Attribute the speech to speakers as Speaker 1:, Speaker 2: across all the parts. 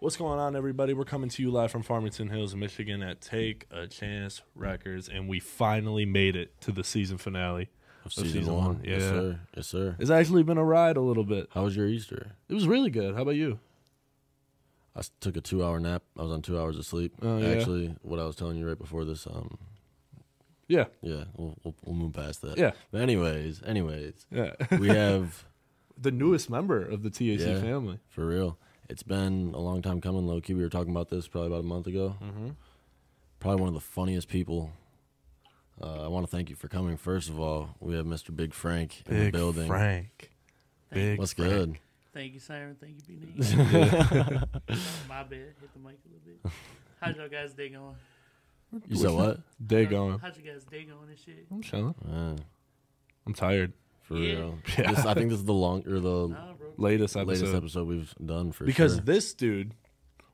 Speaker 1: What's going on, everybody? We're coming to you live from Farmington Hills, Michigan at Take a Chance Records, and we finally made it to the season finale.
Speaker 2: Of
Speaker 1: Of
Speaker 2: season,
Speaker 1: season
Speaker 2: one.
Speaker 1: one,
Speaker 2: Yes,
Speaker 1: yeah.
Speaker 2: sir. Yes, sir.
Speaker 1: It's actually been a ride a little bit.
Speaker 2: How was your Easter?
Speaker 1: It was really good. How about you?
Speaker 2: I s- took a two-hour nap. I was on two hours of sleep.
Speaker 1: Oh, yeah.
Speaker 2: Actually, what I was telling you right before this. Um,
Speaker 1: Yeah.
Speaker 2: yeah, we'll, we'll, we'll move past that.
Speaker 1: Yeah.
Speaker 2: But anyways, anyways,
Speaker 1: Yeah.
Speaker 2: we have
Speaker 1: the newest member of the TAC
Speaker 2: Yeah.
Speaker 1: family.
Speaker 2: for real. It's been a long time coming, low key. We were talking about this probably about a month ago.
Speaker 1: Mm-hmm.
Speaker 2: Probably one of the funniest people. Uh, I want to thank you for coming. First of all, we have Mr. Big Frank in the
Speaker 1: Big
Speaker 2: building.
Speaker 1: Frank. Big
Speaker 2: What's
Speaker 1: Frank.
Speaker 2: good?
Speaker 3: Thank you, Siren. Thank you, BD. My bad. Hit the mic a little bit. How's y'all guys' day going?
Speaker 2: You said what?
Speaker 1: Day
Speaker 3: How's-
Speaker 1: going.
Speaker 3: How's your guys' day going and shit?
Speaker 1: I'm chilling.
Speaker 2: Yeah,
Speaker 1: I'm tired.
Speaker 2: for
Speaker 3: Yeah.
Speaker 2: real.
Speaker 1: Yeah.
Speaker 2: This, I think this is the long or the
Speaker 3: Nah, bro.
Speaker 1: Latest episode.
Speaker 2: latest episode we've done for
Speaker 1: because
Speaker 2: sure.
Speaker 1: this dude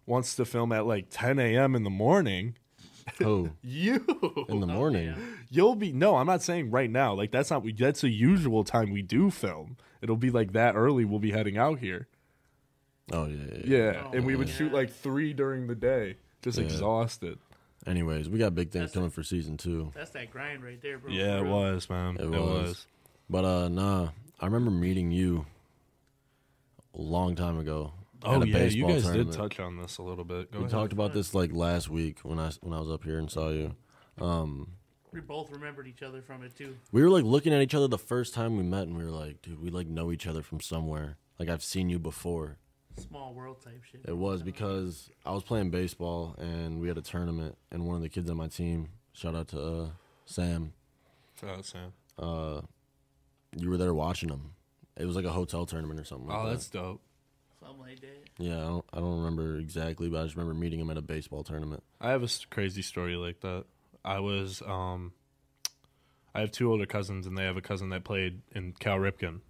Speaker 1: wants to film at like 10 a.m. in the morning.
Speaker 2: oh,
Speaker 1: You.
Speaker 2: in the
Speaker 3: Oh,
Speaker 2: morning.
Speaker 3: damn.
Speaker 1: You'll be no, I'm not saying right now. Like that's not that's a usual time we do film. It'll be like that early. We'll be heading out here.
Speaker 2: Oh yeah, yeah, yeah.
Speaker 1: Yeah,
Speaker 3: Oh
Speaker 1: and we would
Speaker 3: my
Speaker 1: shoot
Speaker 3: God.
Speaker 1: like three during the day, just
Speaker 2: Yeah.
Speaker 1: exhausted.
Speaker 2: Anyways, we got big things
Speaker 3: That's
Speaker 2: coming for season two.
Speaker 3: That's that grind right there, bro.
Speaker 1: Yeah,
Speaker 3: For
Speaker 1: it
Speaker 3: real.
Speaker 1: was, man. It,
Speaker 2: It
Speaker 1: was.
Speaker 2: was. But uh nah, I remember meeting you a long time ago.
Speaker 1: Oh
Speaker 2: at a
Speaker 1: yeah, you
Speaker 2: baseball
Speaker 1: guys
Speaker 2: tournament.
Speaker 1: did touch on this a little bit. Go
Speaker 2: We
Speaker 1: ahead.
Speaker 2: talked about this like last week when I when I was up here and saw you. Um,
Speaker 3: We both remembered each other from it too.
Speaker 2: we were like looking at each other the first time we met, and we were like, "Dude, we like know each other from somewhere. Like I've seen you before."
Speaker 3: Small world type shit.
Speaker 2: It was because I was playing baseball and we had a tournament, and one of the kids on my team, shout out to uh, Sam,
Speaker 1: Oh, Sam.
Speaker 2: uh, you were there watching them. It was like a hotel tournament or something. Like
Speaker 1: Oh,
Speaker 2: that.
Speaker 1: that's dope.
Speaker 3: Something like that.
Speaker 2: yeah. I don't, I don't remember exactly, but I just remember meeting him at a baseball tournament.
Speaker 1: I have a s- crazy story like that. I was, um, I have two older cousins, and they have a cousin that played in Cal Ripken,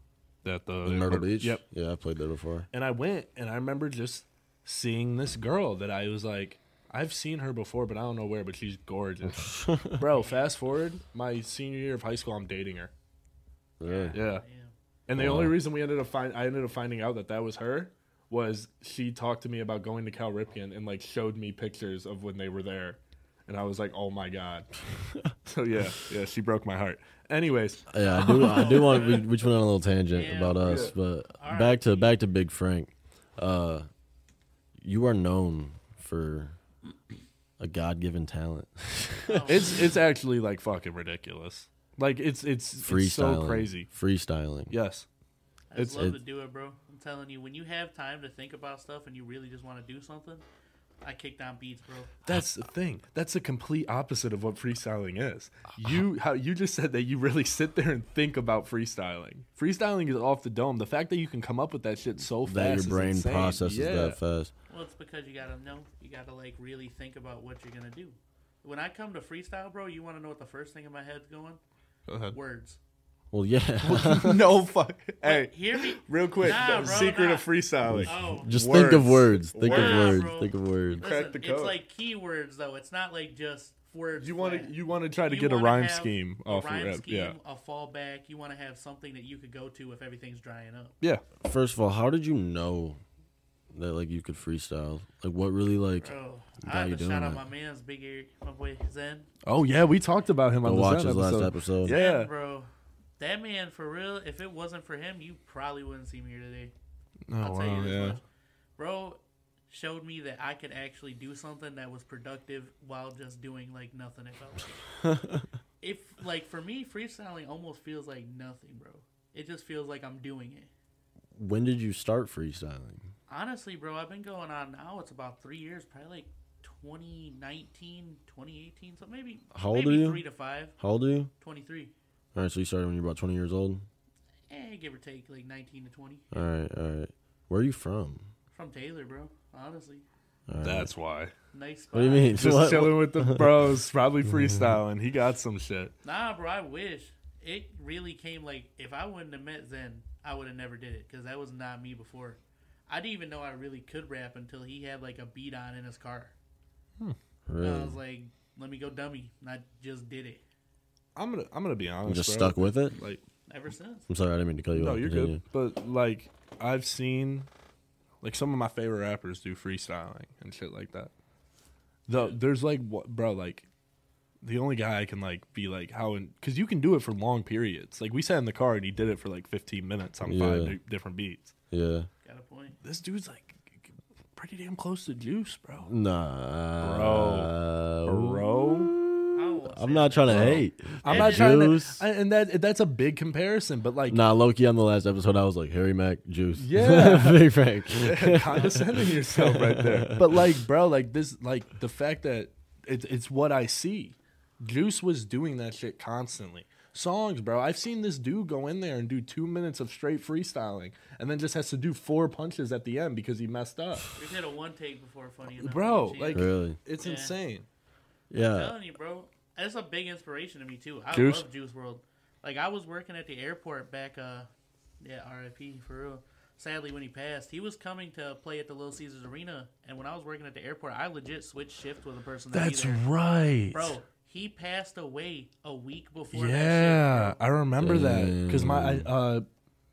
Speaker 1: that the
Speaker 2: In Myrtle Beach.
Speaker 1: Oh, Yep.
Speaker 2: Yeah, I played there before.
Speaker 1: And I went, and I remember just seeing this girl that I was like, I've seen her before, but I don't know where, but she's gorgeous, bro. Fast forward, my senior year of high school, I'm dating her.
Speaker 2: Really?
Speaker 1: Yeah.
Speaker 3: Damn.
Speaker 1: And the
Speaker 2: Wow.
Speaker 1: only reason we ended up find I ended up finding out that that was her was she talked to me about going to Cal Ripken and like showed me pictures of when they were there, and I was like, oh my god. so yeah, yeah, she broke my heart. Anyways,
Speaker 2: Yeah, I do. I do want. We, we just went on a little tangent
Speaker 3: Yeah.
Speaker 2: about us,
Speaker 1: Yeah.
Speaker 2: but
Speaker 3: All
Speaker 2: back to back to Big Frank. Uh, you are known for a God-given talent.
Speaker 1: it's it's actually like fucking ridiculous. Like it's it's, it's
Speaker 2: Freestyling.
Speaker 1: so crazy.
Speaker 2: Freestyling.
Speaker 1: Yes.
Speaker 3: I
Speaker 1: It's-
Speaker 3: just love to
Speaker 2: it-
Speaker 3: do it, bro. I'm telling you, when you have time to think about stuff and you really just want to do something, I kick down beats, bro.
Speaker 1: That's the thing. That's the complete opposite of what freestyling is.
Speaker 2: Uh-huh.
Speaker 1: You how you just said that you really sit there and think about freestyling. Freestyling is off the dome. The fact that you can come up with that shit so fast
Speaker 2: That your
Speaker 1: is
Speaker 2: brain
Speaker 1: insane.
Speaker 2: processes
Speaker 1: Yeah.
Speaker 2: that fast.
Speaker 3: Well, it's because you gotta know. You gotta like really think about what you're gonna do. When I come to freestyle, bro, you want to know what the first thing in my head's going?
Speaker 1: Go ahead.
Speaker 3: Words.
Speaker 2: Well, yeah.
Speaker 1: no fuck. Hey,
Speaker 3: Wait, hear me.
Speaker 1: real quick,
Speaker 3: Nah,
Speaker 1: the
Speaker 3: bro,
Speaker 1: secret
Speaker 3: nah.
Speaker 1: of freestyling.
Speaker 3: Oh,
Speaker 2: Just think of words.
Speaker 1: Words.
Speaker 2: Think of
Speaker 3: Wow,
Speaker 2: words.
Speaker 3: bro.
Speaker 2: Think of words.
Speaker 1: crack
Speaker 3: listen,
Speaker 1: the
Speaker 3: it's
Speaker 1: code.
Speaker 3: like keywords though. It's not like just words.
Speaker 1: you want to
Speaker 3: flat.
Speaker 1: you want to try to
Speaker 3: You
Speaker 1: get a
Speaker 3: wanna
Speaker 1: rhyme
Speaker 3: have
Speaker 1: scheme
Speaker 3: a
Speaker 1: off
Speaker 3: rhyme
Speaker 1: your rep.
Speaker 3: scheme,
Speaker 1: Yeah.
Speaker 3: a fallback. You want to have something that you could go to if everything's drying up.
Speaker 1: Yeah.
Speaker 2: First of all, how did you know that like you could freestyle? Like, what really like?
Speaker 3: Bro,
Speaker 2: Why
Speaker 3: I have
Speaker 2: you
Speaker 3: to
Speaker 2: doing
Speaker 3: shout out my
Speaker 2: that?
Speaker 3: man's big ear, my boy Zen.
Speaker 1: Oh yeah, we talked about him
Speaker 2: Go
Speaker 1: on the
Speaker 2: watch
Speaker 1: Zen
Speaker 2: his
Speaker 1: episode.
Speaker 2: last episode.
Speaker 1: Yeah.
Speaker 3: Zen, bro. That man, for real, if it wasn't for him, you probably wouldn't see me here today.
Speaker 1: Oh,
Speaker 3: I'll tell you
Speaker 1: wow,
Speaker 3: this
Speaker 1: yeah.
Speaker 3: much. Bro showed me that I could actually do something that was productive while just doing like nothing. It felt like. if like for me, freestyling almost feels like nothing, bro. It just feels like I'm doing it.
Speaker 2: When did you start freestyling?
Speaker 3: Honestly, bro, I've been going on now. It's about three years, probably like 2019, 2018, so maybe
Speaker 2: How old
Speaker 3: maybe
Speaker 2: are you?
Speaker 3: Three to five,
Speaker 2: How old are you?
Speaker 3: 23.
Speaker 2: All right, so you started when you were about twenty years old.
Speaker 3: Eh, give or take like 19 to 20.
Speaker 2: All right, all right. Where are you from?
Speaker 3: From Taylor, bro. Honestly,
Speaker 2: All right.
Speaker 1: That's why.
Speaker 3: nice. Spot.
Speaker 2: what do
Speaker 1: Uh,
Speaker 2: you mean?
Speaker 1: Just
Speaker 2: What-
Speaker 1: chilling with the bros, probably freestyling. He got some shit.
Speaker 3: Nah, bro, I wish. It really came like if I wouldn't have met Zen, I would have never did it because that was not me before. I didn't even know I really could rap until he had like a beat on in his car. And I
Speaker 2: Really?
Speaker 3: was like, let me go dummy. And I just did it
Speaker 1: I'm gonna I'm gonna be honest.
Speaker 2: You just
Speaker 1: bro.
Speaker 2: stuck with it.
Speaker 1: Like
Speaker 3: ever since.
Speaker 2: I'm sorry, I didn't mean to cut you
Speaker 1: no,
Speaker 2: off.
Speaker 1: you're
Speaker 2: Continue.
Speaker 1: good. But like I've seen Like some of my favorite rappers do freestyling and shit like that. Though there's like what bro like the only guy I can like be like how in because you can do it for long periods. Like we sat in the car and he did it for like 15 minutes on five
Speaker 2: Yeah.
Speaker 1: di- different beats.
Speaker 2: Yeah.
Speaker 3: Got a point.
Speaker 1: This dude's like pretty damn close to juice, bro.
Speaker 2: Nah.
Speaker 1: Bro,
Speaker 3: I don't wanna say
Speaker 2: I'm not
Speaker 3: that.
Speaker 2: trying to hate.
Speaker 1: I'm
Speaker 3: And
Speaker 1: not trying to,
Speaker 2: Juice.
Speaker 1: I- and that that's a big comparison, but like
Speaker 2: Nah, Loki on the last episode, I was like, Harry Mac, Juice.
Speaker 1: Yeah.
Speaker 2: Big Frank.
Speaker 1: condescending yourself right there. But like, bro, like this, like the fact that it, it's what I see. Juice was doing that shit constantly. Songs, bro. I've seen this dude go in there and do two minutes of straight freestyling, and then just has to do four punches at the end because he messed up.
Speaker 3: We've had a one take before, funny enough.
Speaker 1: Bro,
Speaker 3: Jeez.
Speaker 1: like
Speaker 2: Really?
Speaker 1: it's
Speaker 3: Yeah.
Speaker 1: insane.
Speaker 3: I'm
Speaker 2: Yeah.
Speaker 3: telling you, bro. That's a big inspiration to me too. I
Speaker 1: Juice?
Speaker 3: love Juice World. Like I was working at the airport back uh yeah, RIP for real. Sadly when he passed, he was coming to play at the Little Caesars Arena and when I was working at the airport, I legit switched shift with a person that
Speaker 1: That's
Speaker 3: either.
Speaker 1: right,
Speaker 3: Bro, he passed away a week before that
Speaker 1: Yeah, I remember that because my I, uh,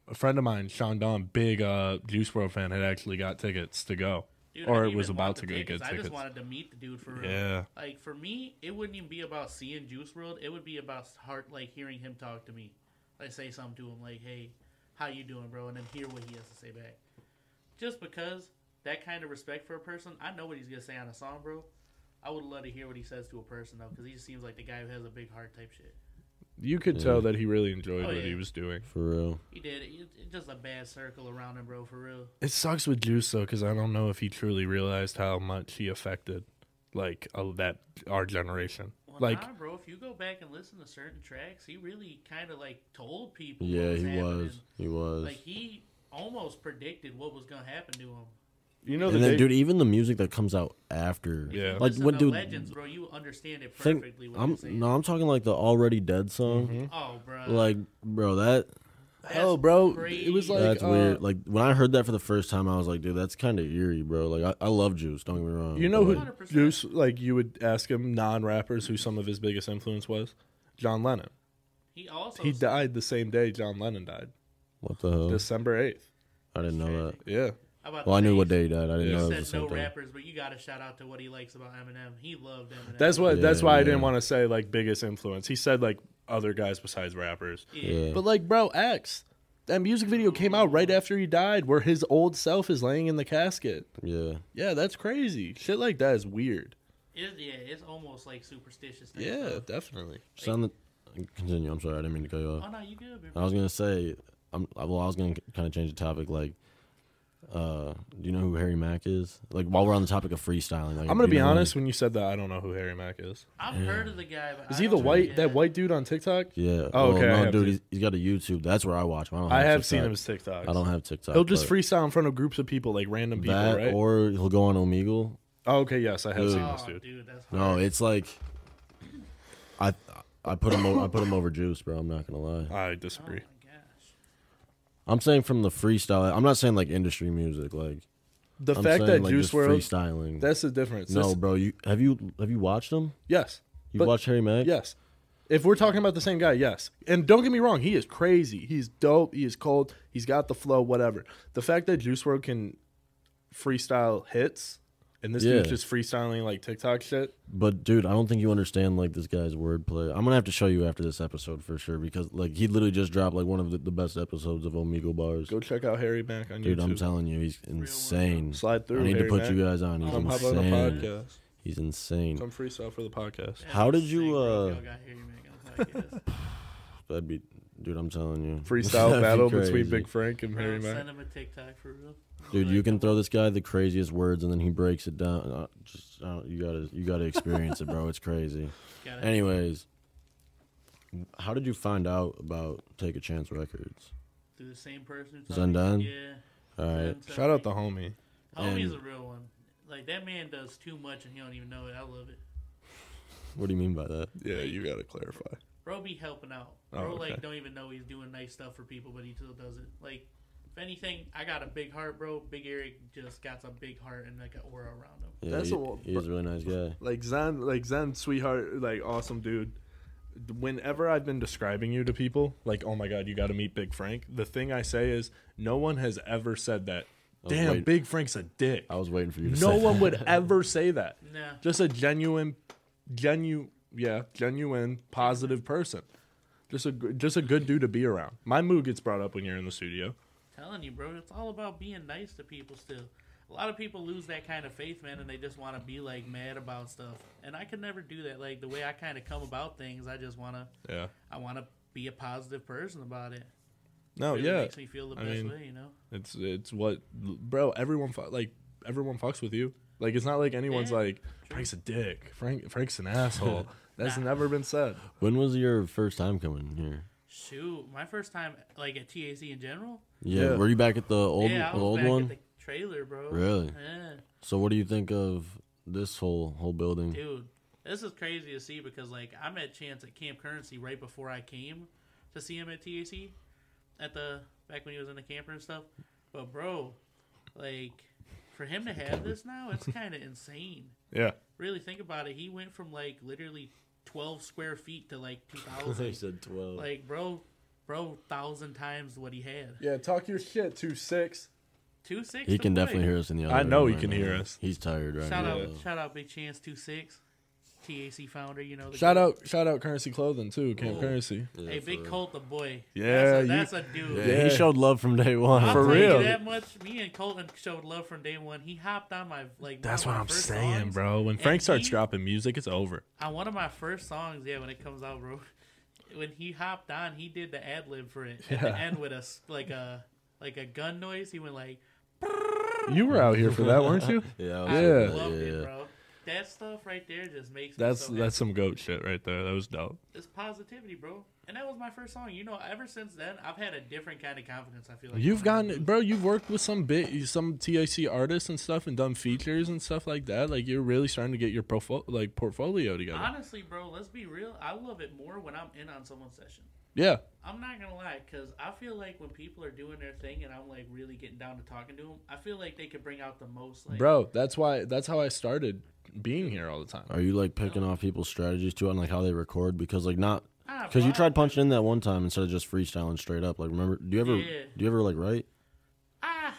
Speaker 1: a friend of mine, Sean Don, big uh, Juice World fan, had actually got tickets to go,
Speaker 3: shit, bro. Dude, I
Speaker 1: or
Speaker 3: didn't
Speaker 1: it was
Speaker 3: even want
Speaker 1: about
Speaker 3: the
Speaker 1: to go
Speaker 3: tickets.
Speaker 1: get
Speaker 3: I
Speaker 1: tickets.
Speaker 3: just wanted to meet the dude for real.
Speaker 1: Yeah.
Speaker 3: Like for me, it wouldn't even be about seeing Juice World. It would be about heart, like hearing him talk to me, like say something to him, like "Hey, how you doing, bro?" and then hear what he has to say back. Just because that kind of respect for a person, I know what he's gonna say on a song, bro. I would love to hear what he says to a person though, because he just seems like the guy who has a big heart type shit.
Speaker 1: You could tell that he really enjoyed
Speaker 3: Oh,
Speaker 1: what
Speaker 3: yeah.
Speaker 1: he was doing.
Speaker 2: For real.
Speaker 3: He did it. It- It's just a bad circle around him, bro. For real.
Speaker 1: It sucks with Juice though, because I don't know if he truly realized how much he affected, like uh, that our generation.
Speaker 3: Well,
Speaker 1: Like,
Speaker 3: nah, bro, if you go back and listen to certain tracks, he really kind of like told people. what
Speaker 2: Yeah,
Speaker 3: was
Speaker 2: he
Speaker 3: happening.
Speaker 2: was. He was.
Speaker 3: Like he almost predicted what was gonna happen to him.
Speaker 1: you know, the
Speaker 2: and then,
Speaker 1: day-
Speaker 2: dude, even the music that comes out after.
Speaker 1: Yeah.
Speaker 2: Like,
Speaker 3: Listen
Speaker 2: what,
Speaker 3: to
Speaker 2: dude?
Speaker 3: Legends, bro, you understand it
Speaker 2: Think,
Speaker 3: perfectly. what I'm,
Speaker 2: I'm,
Speaker 3: saying.
Speaker 2: no, I'm talking like the Already Dead song.
Speaker 1: Mm-hmm.
Speaker 3: Oh, bro.
Speaker 2: Like, oh, bro, that
Speaker 1: hell, bro, it was like
Speaker 2: that's
Speaker 1: uh,
Speaker 2: weird. Like when I heard that for the first time, I was like, dude, that's kind of eerie, bro. Like I, I love Juice. Don't get me wrong.
Speaker 1: You know
Speaker 2: but,
Speaker 1: who
Speaker 2: like,
Speaker 3: 100%.
Speaker 1: Juice like you would ask him non rappers who some of his biggest influence was? John Lennon.
Speaker 3: he also
Speaker 1: He died the same day John Lennon died.
Speaker 2: What the
Speaker 1: Oh.
Speaker 2: hell?
Speaker 1: December eighth.
Speaker 2: I didn't know that.
Speaker 1: Yeah.
Speaker 3: About
Speaker 2: Well, I
Speaker 3: the
Speaker 2: knew what
Speaker 3: days.
Speaker 2: day he died. I didn't
Speaker 1: Yeah.
Speaker 2: know it
Speaker 3: He
Speaker 2: was the
Speaker 3: said
Speaker 2: same
Speaker 3: no
Speaker 2: thing.
Speaker 3: rappers, but you got to shout out to what he likes about Eminem. He loved Eminem.
Speaker 1: That's what that's why I didn't
Speaker 2: Yeah.
Speaker 1: want to say like biggest influence. He said like other guys besides rappers.
Speaker 3: Yeah.
Speaker 2: Yeah.
Speaker 1: But like, bro, X, that music video came out right after he died, where his old self is laying in the casket.
Speaker 2: yeah.
Speaker 1: Yeah, that's crazy. Shit like that is weird.
Speaker 3: It, yeah, it's almost like superstitious. type
Speaker 1: Yeah,
Speaker 3: stuff.
Speaker 1: definitely.
Speaker 2: Just on the continue. I'm sorry, I didn't mean to cut you off.
Speaker 3: Oh no, you good, man.
Speaker 2: I was gonna say, I'm I- well. I was gonna kind of change the topic. Like, uh, do you know who Harry Mack is? Like, while we're on the topic of freestyling, like,
Speaker 1: I'm gonna
Speaker 2: do you
Speaker 1: be
Speaker 2: know him?
Speaker 1: honest. When you said that, I don't know who Harry Mack is.
Speaker 3: I've heard of the guy. But
Speaker 1: Is
Speaker 3: I
Speaker 1: he the
Speaker 3: don't know
Speaker 1: white
Speaker 3: yet.
Speaker 1: that white dude on TikTok?
Speaker 2: Yeah.
Speaker 1: Oh,
Speaker 2: well,
Speaker 1: okay, I
Speaker 2: No,
Speaker 1: have
Speaker 2: dude,
Speaker 1: seen-
Speaker 2: he's, he's got a YouTube. That's where I watch him. I don't.
Speaker 1: I
Speaker 2: have
Speaker 1: have seen
Speaker 2: TikTok.
Speaker 1: him as TikTok.
Speaker 2: I don't have TikTok.
Speaker 1: He'll just
Speaker 2: but
Speaker 1: freestyle in front of groups of people, like random people,
Speaker 2: that,
Speaker 1: right?
Speaker 2: or he'll go on Omegle.
Speaker 1: oh, okay, yes, I have
Speaker 2: Dude.
Speaker 1: seen
Speaker 3: Oh,
Speaker 1: this dude.
Speaker 3: dude, that's hard.
Speaker 2: No, it's like, I I put him o- I put him over Juice, bro. I'm not gonna lie.
Speaker 1: I
Speaker 3: Oh my
Speaker 1: disagree.
Speaker 3: gosh.
Speaker 2: I'm saying from the freestyle. I'm not saying like industry music. Like
Speaker 1: The
Speaker 2: I'm
Speaker 1: fact
Speaker 2: saying,
Speaker 1: that
Speaker 2: like,
Speaker 1: Juice
Speaker 2: just
Speaker 1: World,
Speaker 2: freestyling.
Speaker 1: that's the difference.
Speaker 2: no,
Speaker 1: This-
Speaker 2: bro. You have you have you watched him?
Speaker 1: yes,
Speaker 2: You
Speaker 1: But-
Speaker 2: watched Harry Mack?
Speaker 1: Yes. If we're talking about the same guy, yes. And don't get me wrong, he is crazy. He's dope. He is cold. He's got the flow, whatever. The fact that Juice World can freestyle hits and this dude's
Speaker 2: Yeah.
Speaker 1: just freestyling like TikTok shit.
Speaker 2: But dude, I don't think you understand like this guy's wordplay. I'm gonna have to show you after this episode for sure because like he literally just dropped like one of the, the best episodes of Omegle bars.
Speaker 1: Go check out Harry Mack on
Speaker 2: Dude,
Speaker 1: YouTube.
Speaker 2: I'm telling you, he's insane.
Speaker 1: Slide through.
Speaker 2: I need
Speaker 1: Harry
Speaker 2: to put
Speaker 1: Mack.
Speaker 2: you guys on. He's
Speaker 1: Come hop on the
Speaker 2: insane.
Speaker 1: podcast.
Speaker 2: He's insane.
Speaker 1: Come freestyle for the podcast.
Speaker 3: That's
Speaker 2: How did
Speaker 3: insane,
Speaker 2: you,
Speaker 3: bro, if
Speaker 2: uh,
Speaker 3: y'all got Harry Mack on the podcast.
Speaker 2: That'd be, dude. I'm telling you,
Speaker 1: Freestyle
Speaker 2: That'd be
Speaker 1: battle between
Speaker 2: crazy.
Speaker 1: Big Frank and
Speaker 3: Bro,
Speaker 1: Harry Mack.
Speaker 3: send him a TikTok for real.
Speaker 2: Dude,
Speaker 3: Like,
Speaker 2: you can throw this guy the craziest words, and then he breaks it down. Uh, Just uh, you gotta, you gotta experience it, bro. It's crazy.
Speaker 3: gotta-
Speaker 2: Anyways, how did you find out about Take a Chance Records?
Speaker 3: through the same person. who
Speaker 2: Zen
Speaker 3: taught me-
Speaker 2: Dan?
Speaker 3: Yeah.
Speaker 2: All right,
Speaker 3: Zen
Speaker 1: Shout
Speaker 3: taught
Speaker 1: out the
Speaker 3: me.
Speaker 1: homie.
Speaker 3: Homie's a
Speaker 2: and-
Speaker 3: real one. Like that man does too much and he don't even know it. I love it.
Speaker 2: what do you mean by that?
Speaker 1: Yeah, you gotta clarify.
Speaker 3: Bro be helping out.
Speaker 1: Oh,
Speaker 3: Bro
Speaker 1: okay.
Speaker 3: like don't even know he's doing nice stuff for people, but he still does it. Like if anything, I got a big heart, bro. Big Eric just got some big heart and like an aura around him.
Speaker 2: Yeah,
Speaker 1: That's
Speaker 2: he,
Speaker 1: a wa-
Speaker 2: he's a really nice guy.
Speaker 1: like Zen, like Zen, sweetheart, like awesome dude. Whenever I've been describing you to people, like, oh my god, you got to meet Big Frank. The thing I say is, no one has ever said that
Speaker 2: was
Speaker 1: Damn,
Speaker 2: waiting-
Speaker 1: Big Frank's a dick.
Speaker 2: I was waiting for you to
Speaker 1: no
Speaker 2: say
Speaker 1: one
Speaker 2: that.
Speaker 1: would ever say that.
Speaker 3: Nah.
Speaker 1: Just a genuine, genuine, yeah, genuine positive person. Just a g- just a good dude to be around. My mood gets brought up when you're in the studio.
Speaker 3: telling you, bro, it's all about being nice to people still. A lot of people lose that kind of faith, man, and they just want to be like mad about stuff. And I could never do that. Like the way I kind of come about things, I just want to
Speaker 1: Yeah.
Speaker 3: I want to be a positive person about it.
Speaker 2: Oh,
Speaker 1: No,
Speaker 3: Really
Speaker 1: yeah.
Speaker 3: makes me feel the
Speaker 1: I
Speaker 3: best
Speaker 1: mean-
Speaker 3: way, you know.
Speaker 1: It's it's what bro, everyone fu- like everyone fucks with you. Like it's not like anyone's
Speaker 3: Yeah,
Speaker 1: like Frank's a dick. Frank Frank's an asshole. That's
Speaker 3: Nah.
Speaker 1: never been said.
Speaker 2: When was your first time coming here?
Speaker 3: Shoot, my first time like at TAC in general.
Speaker 2: Yeah,
Speaker 1: Yeah.
Speaker 2: were you back at the old
Speaker 3: yeah, I was
Speaker 2: old
Speaker 3: back
Speaker 2: one?
Speaker 3: at the trailer, bro.
Speaker 2: Really?
Speaker 3: Yeah,
Speaker 2: So what do you think of this whole whole building?
Speaker 3: dude, this is crazy to see because like I met Chance at Camp Currency right before I came to see him at TAC at the back when he was in the camper and stuff. But bro, like for him to have this now, it's kind of insane.
Speaker 1: Yeah.
Speaker 3: Really think about it. He went from like literally twelve square feet to like two thousand.
Speaker 2: said twelve.
Speaker 3: Like, bro, bro, thousand times what he had.
Speaker 1: Yeah, talk your shit, two six.
Speaker 3: Two six.
Speaker 2: he can definitely hear us in the other.
Speaker 1: I know
Speaker 2: room
Speaker 1: he
Speaker 2: right
Speaker 1: can
Speaker 2: now.
Speaker 1: hear us.
Speaker 2: He's tired right
Speaker 3: Shout
Speaker 2: now.
Speaker 3: out,
Speaker 2: though.
Speaker 3: shout out, Big Chance two six, TAC founder. You know, the
Speaker 1: Shout out shout out currency clothing too, Camp
Speaker 3: Ooh.
Speaker 1: Currency.
Speaker 2: Yeah,
Speaker 3: Hey,
Speaker 2: for
Speaker 3: Big
Speaker 2: real.
Speaker 3: Colt, the boy.
Speaker 1: Yeah, you-
Speaker 3: that's a, that's a dude.
Speaker 2: Yeah,
Speaker 1: Yeah.
Speaker 2: he showed love from day one.
Speaker 3: I'll
Speaker 1: For
Speaker 3: tell
Speaker 1: real.
Speaker 3: You that much. Me and Colton showed love from day one. He hopped on my like.
Speaker 1: That's
Speaker 3: one
Speaker 1: what
Speaker 3: of my
Speaker 1: I'm
Speaker 3: first
Speaker 1: saying,
Speaker 3: songs.
Speaker 1: bro. When
Speaker 3: And
Speaker 1: Frank starts
Speaker 3: he-
Speaker 1: dropping music, it's over.
Speaker 3: On one of my first songs, yeah, when it comes out, bro. When he hopped on, he did the ad lib for it at the
Speaker 1: Yeah.
Speaker 3: end with us like a like a gun noise. He went like,
Speaker 1: You were out here for that, weren't you?
Speaker 2: Yeah, I
Speaker 3: I
Speaker 1: Yeah.
Speaker 2: was
Speaker 3: loved
Speaker 2: like,
Speaker 3: it,
Speaker 2: yeah.
Speaker 3: bro. That stuff right there just makes me
Speaker 1: That's
Speaker 3: so
Speaker 1: that's some goat shit right there. That was dope.
Speaker 3: it's positivity, bro. And that was my first song. You know, ever since then, I've had a different kind of confidence. I feel like
Speaker 1: You've gotten, bro. You've worked with some bit, some TIC artists and stuff, and done features and stuff like that. Like you're really starting to get your profo- like portfolio together.
Speaker 3: honestly, bro. Let's be real. I love it more when I'm in on someone's session.
Speaker 1: yeah,
Speaker 3: I'm not gonna lie, cause I feel like when people are doing their thing and I'm like really getting down to talking to them, I feel like they could bring out the most. Like,
Speaker 1: bro. That's why. That's how I started being here all the time.
Speaker 2: Are you like picking off people's strategies too on like how they record? Because like not
Speaker 3: Ah,
Speaker 2: because
Speaker 3: bro,
Speaker 2: you
Speaker 3: I-
Speaker 2: tried punching in that one time instead of just freestyling straight up. Like remember? Do you ever
Speaker 3: Yeah.
Speaker 2: do you ever like write?
Speaker 3: Ah,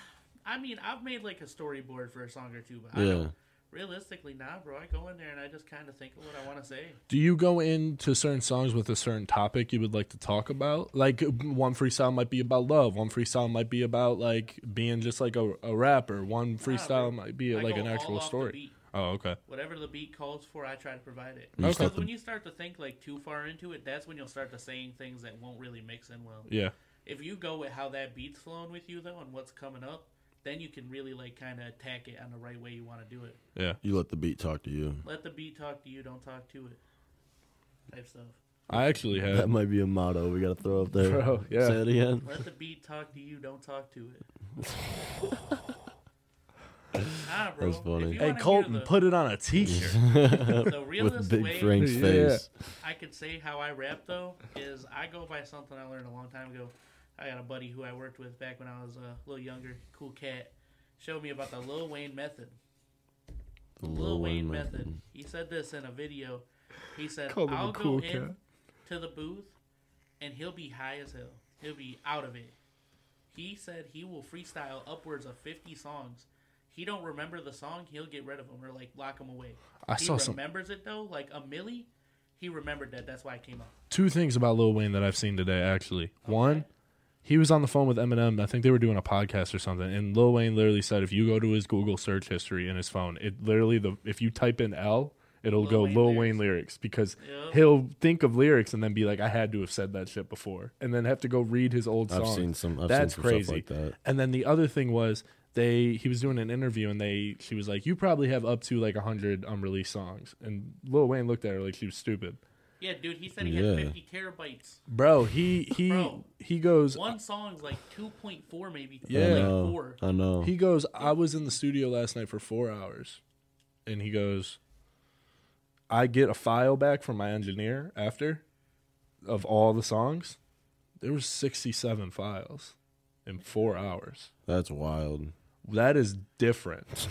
Speaker 3: I mean, I've made like a storyboard for a song or two, but I
Speaker 2: Yeah.
Speaker 3: don't, realistically, nah, bro. I go in there and I just kind of think of what I want to say.
Speaker 1: Do you go into certain songs with a certain topic you would like to talk about? Like one freestyle might be about love. One freestyle might be about like being just like a, a rapper. One freestyle might be
Speaker 3: I
Speaker 1: like
Speaker 3: go
Speaker 1: an
Speaker 3: all
Speaker 1: actual
Speaker 3: off the
Speaker 1: story.
Speaker 3: beat.
Speaker 1: Oh, okay.
Speaker 3: Whatever the beat calls for, I try to provide it.
Speaker 2: You
Speaker 1: Okay.
Speaker 3: Because
Speaker 2: start
Speaker 3: when
Speaker 2: the,
Speaker 3: you start to think like too far into it, that's when you'll start to saying things that won't really mix in well.
Speaker 1: Yeah.
Speaker 3: If you go with how that beat's flowing with you though, and what's coming up, then you can really like kind of attack it on the right way you want to do it.
Speaker 1: Yeah.
Speaker 2: you let the beat talk to you.
Speaker 3: Let the beat talk to you, don't talk to it. Type stuff.
Speaker 1: I actually had.
Speaker 2: That might be a motto we gotta throw up there.
Speaker 1: Bro, yeah.
Speaker 2: Say it again.
Speaker 3: Let the beat talk to you, don't talk to it. nah, bro.
Speaker 2: That's funny.
Speaker 3: If you
Speaker 1: Hey
Speaker 3: wanna hear
Speaker 1: Colton,
Speaker 3: the,
Speaker 1: put it on a T-shirt.
Speaker 3: the
Speaker 2: With
Speaker 3: realest
Speaker 2: Big
Speaker 3: way
Speaker 2: Frank's
Speaker 1: Yeah.
Speaker 2: face.
Speaker 3: I could say how I rap though is I go by something I learned a long time ago. I got a buddy who I worked with back when I was a little younger, cool cat, showed me about the Lil Wayne method.
Speaker 2: The
Speaker 3: Lil, Wayne, method. He said this in a video. He said,
Speaker 1: Called him a
Speaker 3: "I'll
Speaker 1: cool
Speaker 3: go in
Speaker 1: cat.
Speaker 3: to the booth, and he'll be high as hell. He'll be out of it." He said he will freestyle upwards of fifty songs. He don't remember the song, he'll get rid of them or like lock them away.
Speaker 1: I
Speaker 3: he
Speaker 1: saw some-
Speaker 3: remembers it though, like a millie. He remembered that. That's why it came up.
Speaker 1: two things about Lil Wayne that I've seen today. Actually, one, he was on the phone with Eminem. I think they were doing a podcast or something, and Lil Wayne literally said, if you go to his Google search history in his phone, it literally the if you type in L, it'll
Speaker 3: Lil
Speaker 1: go
Speaker 3: Wayne
Speaker 1: Lil
Speaker 3: lyrics.
Speaker 1: Wayne lyrics because
Speaker 3: Yep.
Speaker 1: he'll think of lyrics and then be like, I had to have said that shit before, and then have to go read his old
Speaker 2: I've
Speaker 1: songs.
Speaker 2: seen some- I've seen
Speaker 1: That's
Speaker 2: some stuff
Speaker 1: crazy.
Speaker 2: like that.
Speaker 1: And then the other thing was they he was doing an interview and they she was like, You probably have up to like hundred unreleased songs. And Lil Wayne looked at her like she was stupid.
Speaker 3: Yeah, dude. He said he
Speaker 2: Yeah.
Speaker 3: had fifty terabytes.
Speaker 1: Bro, he he
Speaker 3: Bro.
Speaker 1: he goes
Speaker 3: One song's like two point four, maybe.
Speaker 1: Yeah.
Speaker 2: I
Speaker 3: like
Speaker 2: know.
Speaker 3: four.
Speaker 2: I know.
Speaker 1: he goes, I was in the studio last night for four hours. And he goes, I get a file back from my engineer after of all the songs. There was sixty seven files in four hours.
Speaker 2: That's wild.
Speaker 1: That is different.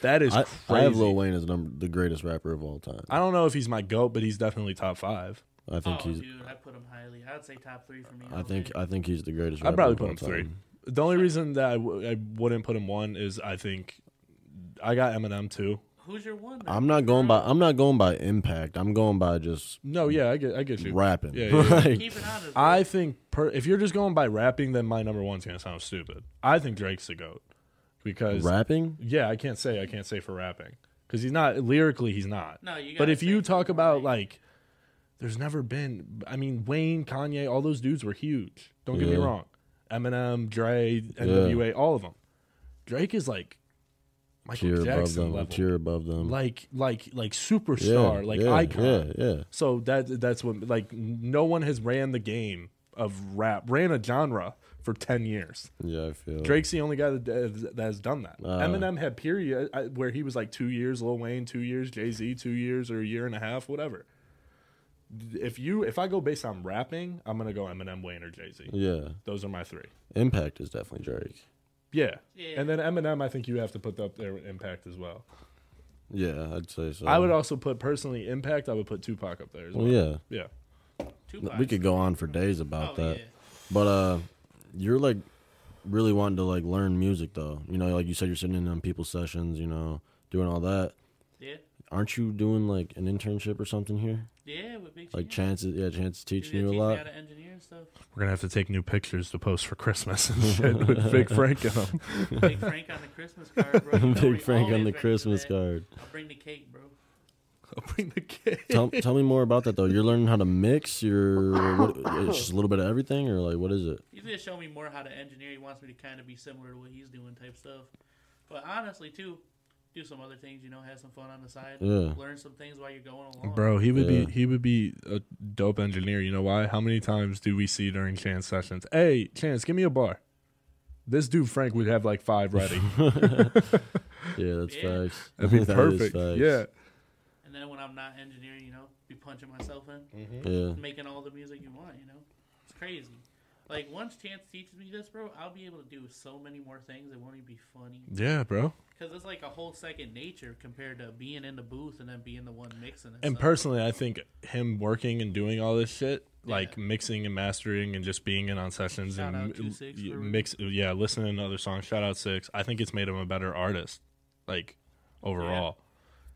Speaker 1: That is
Speaker 2: I,
Speaker 1: crazy.
Speaker 2: I have Lil Wayne as number the greatest rapper of all time.
Speaker 1: I don't know if he's my goat, but he's definitely top five.
Speaker 2: I think
Speaker 3: oh,
Speaker 2: he's.
Speaker 3: dude, I put him highly. I'd say top three for me.
Speaker 2: I think. I think he's the greatest.
Speaker 1: I'd
Speaker 2: Rapper
Speaker 1: probably
Speaker 2: of
Speaker 1: put
Speaker 2: all
Speaker 1: him three.
Speaker 2: time.
Speaker 1: The only reason that I, w- I wouldn't put him one is I think I got Eminem too.
Speaker 3: Who's your one?
Speaker 2: I'm not going by. I'm not going by impact. I'm going by just
Speaker 1: No, yeah, I get, I get you.
Speaker 2: rapping.
Speaker 1: Yeah, yeah, yeah.
Speaker 2: Like,
Speaker 3: Keep it honest.
Speaker 1: I think per, if you're just going by rapping, then my number one's gonna sound stupid. I think Drake's the goat because
Speaker 2: rapping.
Speaker 1: yeah, I can't say I can't say for rapping because he's not lyrically he's not.
Speaker 3: No, you
Speaker 1: But
Speaker 3: gotta
Speaker 1: if you
Speaker 3: think
Speaker 1: talk
Speaker 3: more,
Speaker 1: about
Speaker 3: like-
Speaker 1: like, there's never been. I mean, Wayne, Kanye, all those dudes were huge. Don't get me
Speaker 2: Yeah.
Speaker 1: wrong. Eminem, Dre, NWA, all of them. Drake is like Michael
Speaker 2: Tier above
Speaker 1: Jackson
Speaker 2: them.
Speaker 1: level,
Speaker 2: Tier above them.
Speaker 1: like like like
Speaker 2: yeah,
Speaker 1: superstar, like
Speaker 2: yeah,
Speaker 1: icon.
Speaker 2: Yeah, yeah.
Speaker 1: So that that's what like no one has ran the game of rap, ran a genre for ten years.
Speaker 2: Yeah, I feel.
Speaker 1: Drake's the only guy that, that has done that.
Speaker 2: Hmm. Uh.
Speaker 1: Eminem had period uh, where he was like two years, Lil Wayne two years, Jay Z two years or a year and a half, whatever. If you if I go based on rapping, I'm gonna go Eminem, Wayne, or Jay Z.
Speaker 2: Yeah,
Speaker 1: Those are my three.
Speaker 2: impact is definitely Drake.
Speaker 1: Yeah.
Speaker 3: Yeah.
Speaker 1: and then Eminem, I think you have to put up there with Impact as well.
Speaker 2: Yeah, I'd say so.
Speaker 1: I would also put personally Impact. I would put Tupac up there as well.
Speaker 2: Well, yeah,
Speaker 1: yeah.
Speaker 3: Tupac.
Speaker 2: we could go on for days
Speaker 3: Oh,
Speaker 2: about
Speaker 3: yeah.
Speaker 2: that. But uh, you're like really wanting to like learn music though. You know, like you said, you're sitting in on people's sessions. You know, doing all that.
Speaker 3: Yeah.
Speaker 2: Aren't you doing like an internship or something here?
Speaker 3: Yeah, with Big
Speaker 2: Like
Speaker 3: Chance.
Speaker 2: chances, yeah, chances
Speaker 3: Dude,
Speaker 2: teaching
Speaker 3: they
Speaker 2: you a
Speaker 3: teach me
Speaker 2: lot.
Speaker 3: how to engineer and stuff.
Speaker 1: We're gonna have to take new pictures to post for Christmas and shit with Big Frank in them.
Speaker 3: Big Frank on the Christmas card, bro. You know we
Speaker 2: Big Frank
Speaker 3: always
Speaker 2: on the
Speaker 3: bring
Speaker 2: Christmas
Speaker 3: that.
Speaker 2: card.
Speaker 3: I'll bring the cake, bro.
Speaker 1: I'll bring the cake.
Speaker 2: Tell, tell me more about that though. You're learning how to mix. You're what, it's just a little bit of everything, or like what is it?
Speaker 3: He's gonna show me more how to engineer. He wants me to kind of be similar to what he's doing, type stuff. But honestly, too, do some other things. You know, have some fun on the side.
Speaker 2: Yeah.
Speaker 3: Learn some things while you're going along.
Speaker 1: Bro, he would
Speaker 2: Yeah.
Speaker 1: be he would be a dope engineer. You know why? How many times do we see during Chance sessions? Hey, Chance, give me a bar. This dude Frank would have like five ready.
Speaker 2: Yeah, that's
Speaker 3: Yeah.
Speaker 2: facts.
Speaker 1: That'd be
Speaker 2: That is
Speaker 1: perfect.
Speaker 2: facts.
Speaker 1: Yeah.
Speaker 3: And then when I'm not engineering, you know, be punching myself in,
Speaker 2: yeah.
Speaker 3: making all the music you want. You know, it's crazy. Like once Chance teaches me this, bro, I'll be able to do so many more things. It won't even be funny
Speaker 1: Yeah, bro.
Speaker 3: because it's like a whole second nature compared to being in the booth and then being the one mixing. And,
Speaker 1: And
Speaker 3: stuff.
Speaker 1: personally, I think him working and doing all this shit, like mixing and mastering and just being in on sessions
Speaker 3: Shout
Speaker 1: and
Speaker 3: out to Six
Speaker 1: y-
Speaker 3: for-
Speaker 1: mix, yeah, listening to other songs. Shout out Six. I think it's made him a better artist, like overall.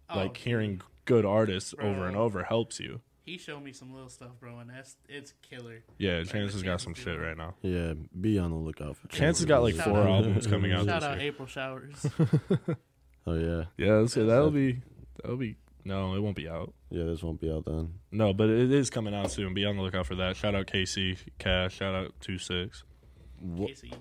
Speaker 3: Oh,
Speaker 1: Like hearing good artists over
Speaker 3: Bro.
Speaker 1: and over helps you.
Speaker 3: he showed me some little stuff, bro, and that's it's killer.
Speaker 1: Yeah, Chance has got
Speaker 3: Chance
Speaker 1: some
Speaker 3: is
Speaker 1: shit
Speaker 3: doing-
Speaker 1: right now.
Speaker 2: Yeah, be on the lookout for
Speaker 1: Chance has got like
Speaker 3: Shout
Speaker 1: four
Speaker 3: out.
Speaker 1: albums coming out
Speaker 3: Shout
Speaker 1: this
Speaker 3: out
Speaker 1: year.
Speaker 3: April showers.
Speaker 2: Oh yeah,
Speaker 1: Yeah, that's good. that'll be that'll be no, it won't be out.
Speaker 2: yeah. This won't be out then.
Speaker 1: No, but it is coming out soon. Be on the lookout for that. Shout out Casey Cash. Shout out Two Six.
Speaker 3: Casey,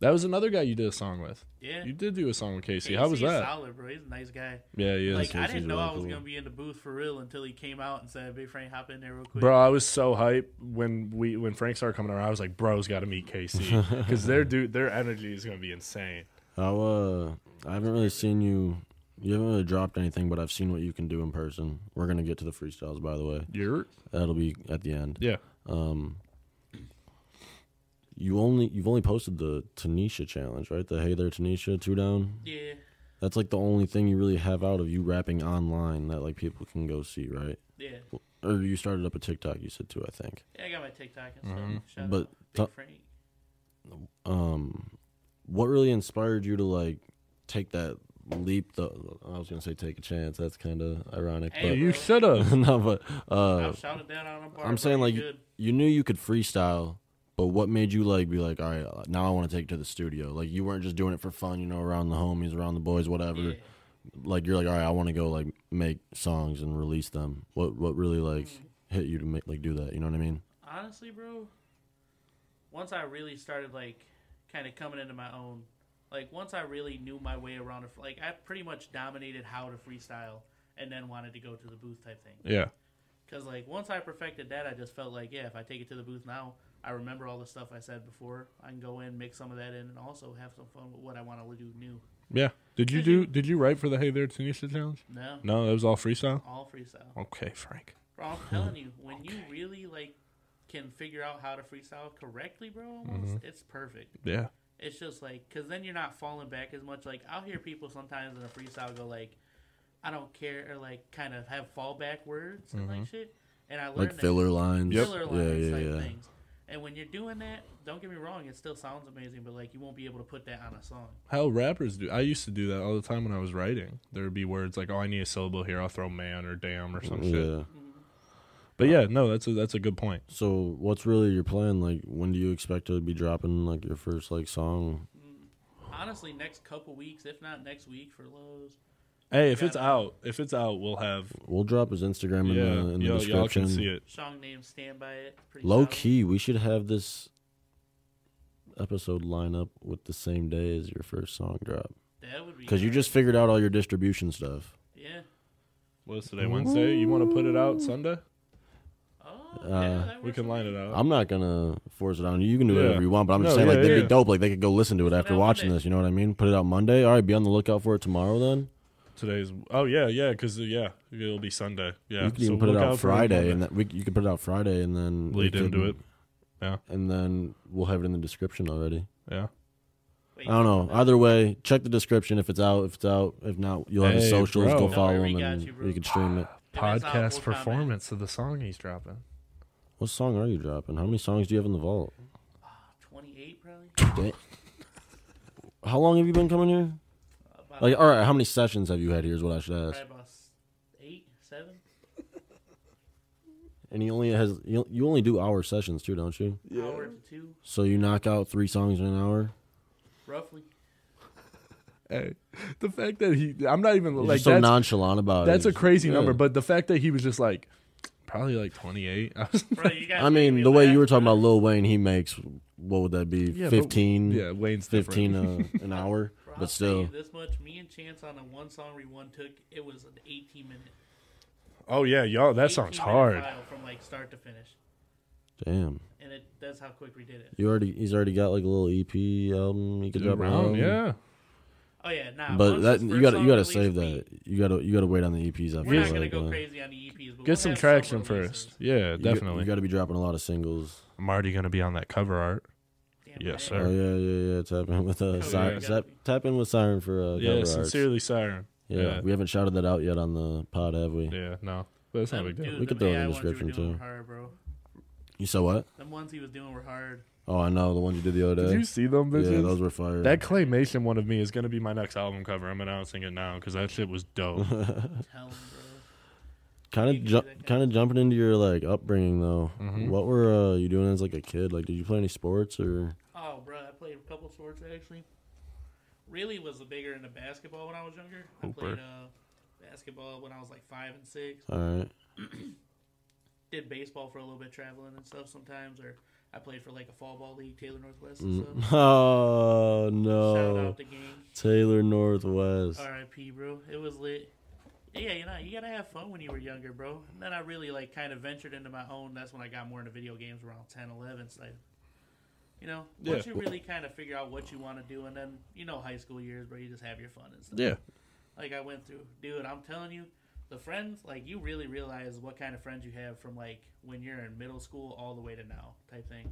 Speaker 1: That was another guy you did a song with.
Speaker 3: yeah.
Speaker 1: You did do a song with Casey. How was
Speaker 3: Casey's
Speaker 1: that?
Speaker 3: Solid, bro. He's a nice guy.
Speaker 1: Yeah, yeah.
Speaker 3: like I
Speaker 2: Casey's
Speaker 3: didn't know
Speaker 2: really
Speaker 3: I was
Speaker 2: cool.
Speaker 3: gonna be in the booth for real until he came out and said, "Big Frank, hop in there real quick."
Speaker 1: Bro, I was so hype when we when Frank started coming around. I was like, "Bro's got to meet Casey because their dude, their energy is gonna be insane."
Speaker 2: How uh, I haven't really seen you. You haven't really dropped anything, but I've seen what you can do in person. We're gonna get to the freestyles, by the way.
Speaker 1: You're
Speaker 2: That'll be at the end.
Speaker 1: yeah.
Speaker 2: Um, you only you've only posted the Tanisha challenge, right? The Hey There Tanisha two down.
Speaker 3: Yeah,
Speaker 2: That's like the only thing you really have out of you rapping online that like people can go see, right?
Speaker 3: yeah,
Speaker 2: Or you started up a TikTok, you said too, I think.
Speaker 3: yeah. I got my TikTok and stuff.
Speaker 1: Mm-hmm.
Speaker 3: Shout
Speaker 2: But
Speaker 3: out Big
Speaker 2: t-
Speaker 3: Frank.
Speaker 2: um what really inspired you to like take that leap though i was gonna say take a chance that's kind of ironic
Speaker 3: Hey,
Speaker 1: You should have.
Speaker 2: but no but
Speaker 3: I
Speaker 2: uh
Speaker 3: was shouted down on a bar.
Speaker 2: i'm
Speaker 3: bro.
Speaker 2: saying
Speaker 3: You
Speaker 2: like
Speaker 3: good.
Speaker 2: you knew you could freestyle but what made you like be like all right uh, now i want to take it to the studio like you weren't just doing it for fun you know around the homies around the boys whatever
Speaker 3: yeah.
Speaker 2: like you're like all right i want to go like make songs and release them what what really like
Speaker 3: Mm.
Speaker 2: hit you to make like do that you know what i mean
Speaker 3: honestly, bro, once I really started like kind of coming into my own, like once I really knew my way around, a f- like I pretty much dominated how to freestyle, and then wanted to go to the booth type thing.
Speaker 1: Yeah,
Speaker 3: Because, like, once I perfected that, I just felt like, yeah, if I take it to the booth now, I remember all the stuff I said before. I can go in, mix some of that in, and also have some fun with what I want to do new.
Speaker 1: yeah. Did you
Speaker 3: Did
Speaker 1: do?
Speaker 3: you-
Speaker 1: Did you write for the Hey There Tanisha challenge?
Speaker 3: No,
Speaker 2: Mm.
Speaker 1: No, that was all freestyle.
Speaker 3: all freestyle.
Speaker 1: Okay, Frank.
Speaker 3: Bro, I'm telling you, when you really, like, can figure out how to freestyle correctly, bro, almost, it's perfect.
Speaker 1: Yeah.
Speaker 3: It's just like, because then you're not falling back as much. Like, I'll hear people sometimes in a freestyle go, like, I don't care, or, like, kind of have fallback words and, like, shit. And I learned
Speaker 2: like
Speaker 3: that.
Speaker 2: filler lines
Speaker 3: filler lines
Speaker 2: yeah yeah
Speaker 3: type
Speaker 2: yeah
Speaker 3: things. And when you're doing that, don't get me wrong, it still sounds amazing, but like you won't be able to put that on a song.
Speaker 1: How rappers do. I used to do that all the time when I was writing. There would be words like, "Oh, I need a syllable here. I'll throw man or damn or some Oh, shit."
Speaker 2: Yeah.
Speaker 1: But yeah, no, that's a, that's a good point.
Speaker 2: So what's really your plan? Like, when do you expect to be dropping like your first like song?
Speaker 3: Honestly, next couple weeks, if not next week for Lowe's.
Speaker 1: Hey, if it's
Speaker 3: Got
Speaker 1: out, if it's out, we'll have
Speaker 2: We'll drop his Instagram in
Speaker 1: yeah,
Speaker 2: the in the
Speaker 1: y'all- y'all
Speaker 2: description.
Speaker 1: can see it.
Speaker 3: Song name, stand by it. It's pretty
Speaker 2: Low
Speaker 3: solid.
Speaker 2: key, we should have this episode line up with the same day as your first song drop
Speaker 3: That would be
Speaker 2: because you
Speaker 3: great.
Speaker 2: just figured out all your distribution stuff.
Speaker 3: yeah.
Speaker 1: What's today? Wednesday. You want to put it out Sunday?
Speaker 3: Oh,
Speaker 2: Uh,
Speaker 3: yeah, that
Speaker 1: We
Speaker 3: works
Speaker 1: can
Speaker 3: for
Speaker 1: line
Speaker 3: me.
Speaker 1: it out.
Speaker 2: I'm not gonna force it on you. You can do whatever
Speaker 1: Yeah.
Speaker 2: you want, but I'm just
Speaker 1: No,
Speaker 2: saying
Speaker 1: yeah,
Speaker 2: like that'd
Speaker 1: yeah.
Speaker 2: be dope. Like they could go listen to it after
Speaker 3: out
Speaker 2: watching
Speaker 3: Monday.
Speaker 2: this. You know what I mean? Put it out Monday. All right, be on the lookout for it tomorrow. Then
Speaker 1: Today's oh yeah yeah because yeah it'll be Sunday yeah.
Speaker 2: you could even put it
Speaker 1: look
Speaker 2: out
Speaker 1: for it
Speaker 2: Friday, and
Speaker 1: Monday.
Speaker 2: that we you could put it out Friday, and then we
Speaker 1: lead
Speaker 2: could-
Speaker 1: into it.
Speaker 2: and then we'll have it in the description already.
Speaker 1: Yeah.
Speaker 3: Wait,
Speaker 2: I don't know. Either way, check the description if it's out. If it's out, if not, you'll have his
Speaker 1: Hey,
Speaker 2: socials.
Speaker 1: bro.
Speaker 2: Go
Speaker 1: Don't
Speaker 2: follow
Speaker 3: worry,
Speaker 2: him,
Speaker 3: we got
Speaker 2: and
Speaker 3: you,
Speaker 2: you,
Speaker 3: bro.
Speaker 2: can stream it.
Speaker 3: If it's out, we'll
Speaker 1: Podcast
Speaker 3: comment.
Speaker 1: performance of the song he's dropping.
Speaker 2: What song are you dropping? How many songs do you have in the vault?
Speaker 3: 28 probably.
Speaker 2: Da- How long have you been coming here?
Speaker 3: About,
Speaker 2: Like, all right, how many sessions have you had here? Is what I should ask.
Speaker 3: probably about s- eight, seven.
Speaker 2: And he only has you you only do hour sessions too, don't you?
Speaker 3: Hour to two,
Speaker 2: So you knock out three songs in an hour.
Speaker 3: roughly.
Speaker 1: Hey, the fact that he I'm not even
Speaker 2: You're
Speaker 1: like
Speaker 2: just so
Speaker 1: that's,
Speaker 2: nonchalant about
Speaker 1: that's
Speaker 2: it.
Speaker 1: a crazy
Speaker 2: Yeah.
Speaker 1: number, but the fact that he was just like probably like 28. I was
Speaker 3: Bro, you guys
Speaker 2: I mean,
Speaker 3: made
Speaker 2: the
Speaker 3: me
Speaker 2: way
Speaker 3: laugh,
Speaker 2: you were talking
Speaker 3: bro.
Speaker 2: about Lil Wayne, he makes what would that be?
Speaker 1: Yeah, but-
Speaker 2: fifteen.
Speaker 1: yeah, Wayne's
Speaker 2: Mm, fifteen
Speaker 1: different.
Speaker 2: uh, an hour.
Speaker 3: Bro, I'll
Speaker 2: but
Speaker 3: tell you
Speaker 2: still,
Speaker 3: this much: me and Chance on a one song we one took. It was an 18 minute.
Speaker 1: Oh yeah, y'all, that song's
Speaker 3: 18 minute
Speaker 1: hard.
Speaker 3: file From like start to finish,
Speaker 2: damn.
Speaker 3: and it that's how quick we did it.
Speaker 2: You already he's already got like a little EP album he could drop
Speaker 1: Round,
Speaker 2: around.
Speaker 1: yeah.
Speaker 3: Oh yeah, nah.
Speaker 2: But
Speaker 3: once
Speaker 2: that
Speaker 3: this
Speaker 2: you
Speaker 3: first
Speaker 2: gotta
Speaker 3: song
Speaker 2: you gotta
Speaker 3: release,
Speaker 2: save
Speaker 3: we-
Speaker 2: that. You gotta you gotta wait on the E EPs. I
Speaker 3: We're
Speaker 2: feel
Speaker 3: not gonna
Speaker 2: like,
Speaker 3: go
Speaker 2: uh,
Speaker 3: crazy on the EPs, but we'll
Speaker 1: Get some
Speaker 3: have
Speaker 1: traction
Speaker 3: releases.
Speaker 1: first. Yeah,
Speaker 2: you got-
Speaker 1: definitely.
Speaker 2: You gotta be dropping a lot of singles.
Speaker 1: I'm already gonna be on that cover art.
Speaker 3: Damn
Speaker 1: Yes,
Speaker 3: right.
Speaker 1: sir.
Speaker 2: Oh yeah, yeah, yeah. Tap in with uh,
Speaker 3: yeah,
Speaker 2: Siren.
Speaker 3: gotta
Speaker 2: Tap,
Speaker 3: be.
Speaker 2: tap in with Siren for uh,
Speaker 1: Yeah,
Speaker 2: cover arts.
Speaker 1: sincerely siren.
Speaker 2: Yeah,
Speaker 1: yeah.
Speaker 2: we haven't shouted that out yet on the pod, have we?
Speaker 1: Yeah, no, but it's not a
Speaker 3: Them-
Speaker 1: big deal.
Speaker 3: dude,
Speaker 2: We could throw
Speaker 3: them
Speaker 2: it in
Speaker 3: AI
Speaker 2: the
Speaker 3: ones we were
Speaker 2: description,
Speaker 3: doing
Speaker 2: too.
Speaker 3: were Hard, bro.
Speaker 2: You said what?
Speaker 3: Them ones he was doing were hard.
Speaker 2: Oh, I know the ones you did the other
Speaker 1: Did
Speaker 2: day.
Speaker 1: you see them bitches?
Speaker 2: yeah, those were fire.
Speaker 1: that claymation one of me is gonna be my next album cover. I'm announcing it now because that shit was dope.
Speaker 3: Tell him, bro.
Speaker 2: kind of
Speaker 3: you can do
Speaker 2: ju-
Speaker 3: that, yeah.
Speaker 2: kind of jumping into your like upbringing though.
Speaker 1: Mhm.
Speaker 2: What were uh, you doing as like a kid? Like, did you play any sports or?
Speaker 3: Oh, bro, I played a couple sports actually. Really was a bigger into basketball when I was younger.
Speaker 1: Hooper.
Speaker 3: I played uh, basketball when I was like five and six.
Speaker 2: All right,
Speaker 3: Did baseball for a little bit, traveling and stuff sometimes. Or I played for like a fall ball league, Taylor Northwest and
Speaker 2: Mm.
Speaker 3: stuff.
Speaker 2: oh
Speaker 3: Shout
Speaker 2: no,
Speaker 3: out to gang.
Speaker 2: Taylor Northwest.
Speaker 3: R.I.P. Bro, it was lit. Yeah, you know, you gotta have fun when you were younger, bro. And then I really like kind of ventured into my own. That's when I got more into video games around 10, 11. So, you know, once you really kind of figure out what you want to do, and then you know, high school years, bro, you just have your fun and stuff.
Speaker 1: yeah,
Speaker 3: like I went through. Dude, I'm telling you, the friends, like you really realize what kind of friends you have from like when you're in middle school all the way to now type thing.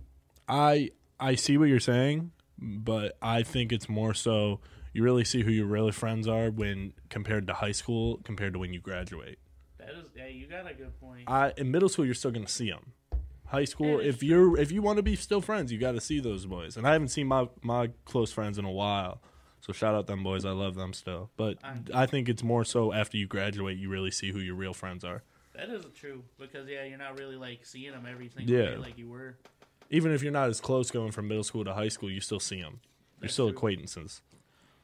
Speaker 1: I I see what you're saying, but I think it's more so you really see who your really friends are when compared to high school compared to when you graduate.
Speaker 3: That is, yeah, you got a good point.
Speaker 1: I in middle school you're still gonna see them. High school,
Speaker 3: That is
Speaker 1: if you're if you want to be still friends, you got to see those boys. And I haven't seen my my close friends in a while, so shout out them boys. I love them still, but I think it's more so after you graduate, you really see who your real friends are.
Speaker 3: That is true because yeah, you're not really like seeing them every single
Speaker 1: Yeah.
Speaker 3: day like you were.
Speaker 1: Even if you're not as close going from middle school to high school, you still see them. You're
Speaker 3: That's
Speaker 1: still
Speaker 3: true.
Speaker 1: acquaintances.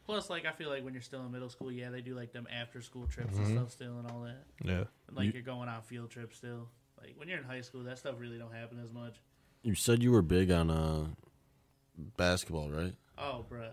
Speaker 3: Plus, like I feel like when you're still in middle school, yeah, they do like them after school trips
Speaker 2: Mm-hmm.
Speaker 3: and stuff still and all that.
Speaker 1: Yeah.
Speaker 3: And, like
Speaker 1: You-
Speaker 3: you, are going on field trips still. Like when you're in high school, that stuff really don't happen as much.
Speaker 2: You said you were big on uh, basketball, right?
Speaker 3: Oh, bruh, I love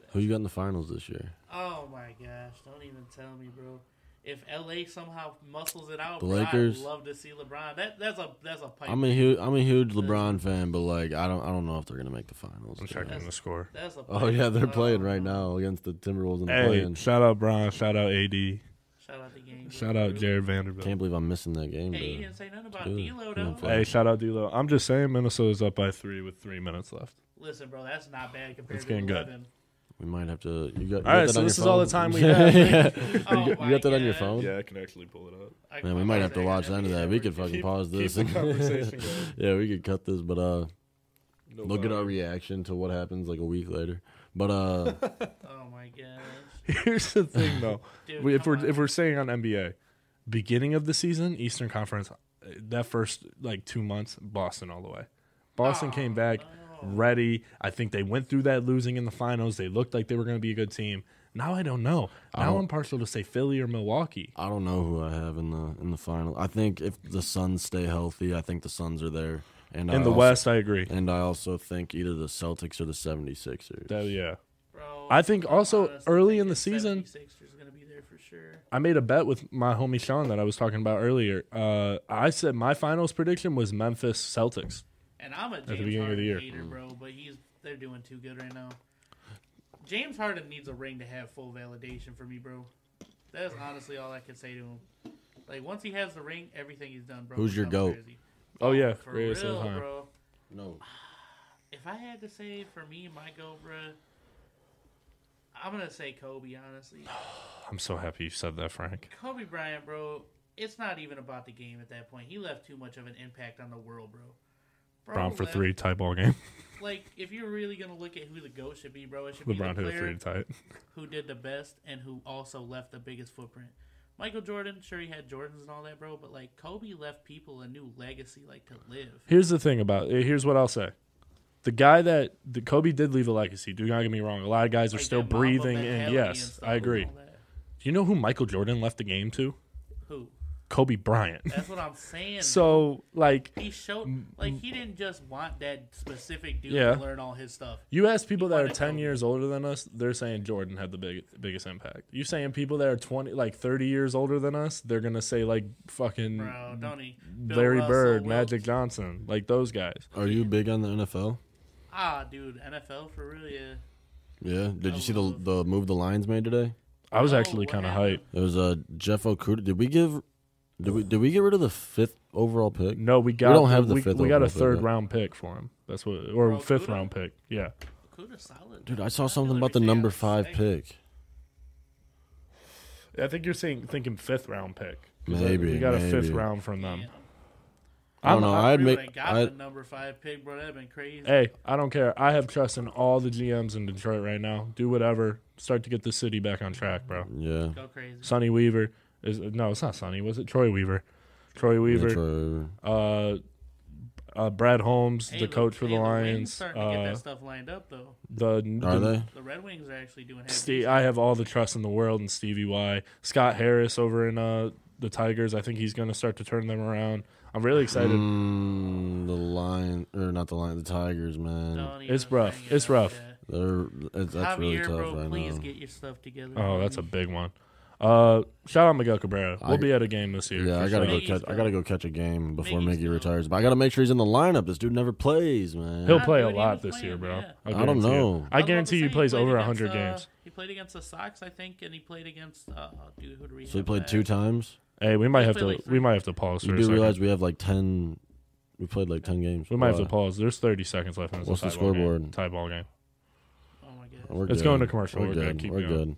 Speaker 3: that.
Speaker 2: Who you got in the finals this year?
Speaker 3: Oh my gosh! Don't even tell me, bro. If LA somehow muscles it out,
Speaker 2: The
Speaker 3: bro,
Speaker 2: Lakers?
Speaker 3: I'd love to see LeBron. That that's a that's a pipe.
Speaker 2: I'm a huge I'm a huge LeBron fan, but like I don't I don't know if they're gonna make the finals.
Speaker 1: I'm checking the score.
Speaker 3: that's a.
Speaker 2: Oh
Speaker 3: pipe.
Speaker 2: yeah, they're
Speaker 3: Uh,
Speaker 2: playing right now against the Timberwolves in the
Speaker 1: Hey,
Speaker 2: play-in.
Speaker 1: shout out Brian, shout out AD,
Speaker 3: Shout out the game. bro.
Speaker 1: shout out Jared Vanderbilt.
Speaker 2: Can't believe I'm missing that game.
Speaker 3: Hey, you
Speaker 2: But
Speaker 3: didn't say nothing about
Speaker 2: Dude,
Speaker 3: D'Lo
Speaker 2: come on,
Speaker 3: though.
Speaker 2: fuck.
Speaker 1: Hey, shout out D'Lo. I'm just saying Minnesota's up by three with three minutes left.
Speaker 3: Listen, bro, that's not bad compared
Speaker 1: It's
Speaker 3: to
Speaker 1: getting good.
Speaker 3: 11.
Speaker 2: we might have to. You got, you got
Speaker 1: All right,
Speaker 2: that
Speaker 1: so
Speaker 2: on your
Speaker 1: this is all
Speaker 2: phone?
Speaker 1: the time we have.
Speaker 2: yeah.
Speaker 3: Oh
Speaker 2: you, got- you got
Speaker 3: my
Speaker 2: that on your
Speaker 3: God.
Speaker 2: phone?
Speaker 1: I can actually pull it up.
Speaker 3: I-
Speaker 2: Man, we might
Speaker 3: I
Speaker 2: have to
Speaker 3: was
Speaker 2: watch the
Speaker 3: saying,
Speaker 2: end of
Speaker 3: yeah,
Speaker 2: that.
Speaker 3: we're
Speaker 2: We could
Speaker 3: good.
Speaker 2: fucking
Speaker 1: keep-
Speaker 2: pause
Speaker 1: keep
Speaker 2: this.
Speaker 1: the conversation going.
Speaker 2: yeah, we could cut this, but uh,
Speaker 1: No
Speaker 2: Look at
Speaker 1: bother.
Speaker 2: our reaction to what happens like a week later. But uh
Speaker 3: Oh my gosh.
Speaker 1: Here's the thing, though.
Speaker 3: Dude,
Speaker 1: We- if
Speaker 3: come
Speaker 1: we're if
Speaker 3: on.
Speaker 1: we're saying on NBA, beginning of the season, Eastern Conference, uh, that first like two months, Boston all the way. Boston
Speaker 3: Oh,
Speaker 1: came back ready. I think they went through that losing in the finals. They looked like they were going to be a good team. Now I don't know. Now I'm partial to say Philly or Milwaukee.
Speaker 2: I don't know who I have in the in the final. I think if the Suns stay healthy, I think the Suns are there. And I
Speaker 1: In the
Speaker 3: Uh,
Speaker 2: also-
Speaker 1: West, I agree.
Speaker 2: And I also think either the Celtics or the 76ers.
Speaker 1: That- yeah.
Speaker 3: Bro,
Speaker 1: I think also
Speaker 3: honestly
Speaker 1: early in
Speaker 3: thinking
Speaker 1: the season-
Speaker 3: 76ers gonna be there for sure.
Speaker 1: I made a bet with my homie Sean that I was talking about earlier. Uh, I said my finals prediction was Memphis Celtics.
Speaker 3: And I'm a James
Speaker 1: beginning of
Speaker 3: Harden
Speaker 1: the year.
Speaker 3: hater, bro. But he's they're doing too good right now. James Harden needs a ring to have full validation for me, bro. That's honestly all I can say to him. Like once he has the ring, everything he's done, bro.
Speaker 2: Who's your
Speaker 3: becomes
Speaker 2: goat?
Speaker 3: crazy.
Speaker 1: Oh, yeah,
Speaker 3: for
Speaker 1: Ray
Speaker 3: real,
Speaker 1: is all time.
Speaker 3: bro.
Speaker 2: No.
Speaker 3: If I had to say for me, my goat, bro, I'm gonna say Kobe. Honestly,
Speaker 1: I'm so happy you said that, Frank.
Speaker 3: Kobe Bryant, bro. It's not even about the game at that point. He left too much of an impact on the world, bro. bro
Speaker 1: Brown for
Speaker 3: left-
Speaker 1: three tie ball game.
Speaker 3: Like, if you're really gonna look at who the goat should be, bro, it should
Speaker 1: LeBron hit
Speaker 3: be the
Speaker 1: a
Speaker 3: player
Speaker 1: three to tie it.
Speaker 3: who did the best and who also left the biggest footprint. Michael Jordan, sure he had Jordans and all that, bro, but like Kobe left people a new legacy, like to live.
Speaker 1: Here's the thing about eh, here's what I'll say. The guy that the Kobe did leave a legacy. Do not get me wrong. A lot of guys are
Speaker 3: Like,
Speaker 1: still
Speaker 3: that Mamba
Speaker 1: breathing in.
Speaker 3: mentality and
Speaker 1: Yes,
Speaker 3: stuff
Speaker 1: I
Speaker 3: and
Speaker 1: agree.
Speaker 3: all that.
Speaker 1: Do you know who Michael Jordan left the game to?
Speaker 3: Who?
Speaker 1: Kobe Bryant.
Speaker 3: That's what I'm saying.
Speaker 1: so like
Speaker 3: he showed like he didn't just want that specific dude
Speaker 1: Yeah.
Speaker 3: to learn all his stuff.
Speaker 1: you ask people that are
Speaker 3: wanted
Speaker 1: ten
Speaker 3: Kobe.
Speaker 1: years older than us, they're saying Jordan had the big, biggest impact. You saying people that are twenty, like thirty years older than us, they're gonna say like fucking
Speaker 3: Bro, don't he? Bill
Speaker 1: Mm. Larry
Speaker 3: Russell,
Speaker 1: Bird,
Speaker 3: Wilt-
Speaker 1: Magic Johnson, like those guys.
Speaker 2: Are you big on the NFL?
Speaker 3: Ah, dude, NFL for real, yeah.
Speaker 2: Yeah. Did you see the the move the Lions made today?
Speaker 1: I was
Speaker 3: No,
Speaker 1: actually
Speaker 3: what
Speaker 1: kind of hyped.
Speaker 3: happened?
Speaker 2: It was uh Jeff Okuda. Did we give did we did we get rid of the fifth overall pick?
Speaker 1: No, we got
Speaker 2: don't have the
Speaker 1: we,
Speaker 2: fifth
Speaker 1: we got a
Speaker 2: overall pick,
Speaker 1: third
Speaker 2: right?
Speaker 1: round pick for him. That's what or
Speaker 3: Bro,
Speaker 1: fifth
Speaker 3: Kuda?
Speaker 1: round pick. Yeah.
Speaker 3: Okuda's solid.
Speaker 2: Dude,
Speaker 3: bro.
Speaker 2: I saw
Speaker 3: feel
Speaker 2: something
Speaker 3: like
Speaker 2: about
Speaker 3: we
Speaker 2: the
Speaker 3: take
Speaker 2: number
Speaker 3: out
Speaker 2: five
Speaker 3: second.
Speaker 2: pick.
Speaker 1: I think you're saying thinking fifth round pick. 'Cause
Speaker 2: Maybe,
Speaker 1: we got a fifth
Speaker 2: maybe.
Speaker 1: round from them.
Speaker 3: Damn.
Speaker 2: I don't
Speaker 1: I'm-
Speaker 2: know.
Speaker 1: I-
Speaker 2: um, I'd
Speaker 3: We
Speaker 2: make.
Speaker 3: would've got
Speaker 2: I,
Speaker 3: the number five pick, bro. That'd been crazy.
Speaker 1: Hey, I don't care. I have trust in all the GMs in Detroit right now. Do whatever. Start to get the city back on track, bro.
Speaker 2: yeah.
Speaker 3: Go crazy.
Speaker 1: Sonny Weaver is no, it's not Sonny. Was it Troy Weaver? Troy
Speaker 2: Yeah,
Speaker 1: Weaver.
Speaker 2: Troy-
Speaker 1: Uh, uh, Brad Holmes,
Speaker 3: Hey,
Speaker 1: the
Speaker 3: Lu-
Speaker 1: coach for
Speaker 3: hey,
Speaker 1: the
Speaker 3: Wings
Speaker 1: Lions.
Speaker 3: starting to get
Speaker 1: Uh,
Speaker 3: that stuff lined up though.
Speaker 1: the the-
Speaker 2: Are they?
Speaker 3: The Red Wings are actually doing. half
Speaker 1: Steve,
Speaker 3: decent.
Speaker 1: I have all the trust in the world in Stevie Y. Scott Harris over in uh, the Tigers. I think he's going to start to turn them around. I'm really excited.
Speaker 2: Mm, the lion or not the lion, the Tigers, man.
Speaker 3: Don't
Speaker 1: It's
Speaker 3: even
Speaker 1: rough.
Speaker 3: bring it
Speaker 1: It's
Speaker 3: up,
Speaker 1: rough.
Speaker 3: yeah.
Speaker 2: They're that's, that's really
Speaker 3: Javier,
Speaker 2: tough
Speaker 3: bro,
Speaker 2: right
Speaker 3: please
Speaker 2: now.
Speaker 3: get your stuff together.
Speaker 1: Oh, that's a big one. Uh, shout out Miguel Cabrera. We'll
Speaker 2: I-
Speaker 1: be at a game this year.
Speaker 2: yeah,
Speaker 1: for
Speaker 2: I gotta
Speaker 1: sure.
Speaker 2: go
Speaker 3: Miggy's
Speaker 2: catch. I
Speaker 3: still-
Speaker 2: gotta go catch a game before
Speaker 3: Miggy's
Speaker 2: Miggy
Speaker 3: still-
Speaker 2: retires. But I gotta make sure he's in the lineup. This dude never plays, man.
Speaker 1: He'll
Speaker 3: Nah,
Speaker 1: play a
Speaker 3: dude, he
Speaker 1: lot
Speaker 3: was
Speaker 1: this
Speaker 3: playing,
Speaker 1: year, bro.
Speaker 3: yeah.
Speaker 1: I'll
Speaker 2: I don't
Speaker 1: guarantee you.
Speaker 2: know.
Speaker 1: I guarantee you he plays over
Speaker 3: a
Speaker 1: 100 games.
Speaker 3: uh, he played against the Sox, I think, and he played against uh, dude who
Speaker 2: so he played two times.
Speaker 1: Hey, we might have
Speaker 3: played
Speaker 1: to
Speaker 3: like
Speaker 1: we
Speaker 3: three.
Speaker 1: might have to pause for
Speaker 2: You
Speaker 1: a
Speaker 2: do
Speaker 1: second.
Speaker 2: realize we have like ten. We played like ten games.
Speaker 1: we might have
Speaker 2: Why?
Speaker 1: to pause. There's 30 seconds left. in this
Speaker 2: What's the
Speaker 1: tie ball game.
Speaker 2: scoreboard?
Speaker 1: Tie ball game.
Speaker 3: Oh my god.
Speaker 2: We're
Speaker 1: It's
Speaker 2: good.
Speaker 1: going to commercial.
Speaker 2: We're,
Speaker 1: We're good.
Speaker 2: good.
Speaker 1: Keep going.
Speaker 2: We're good.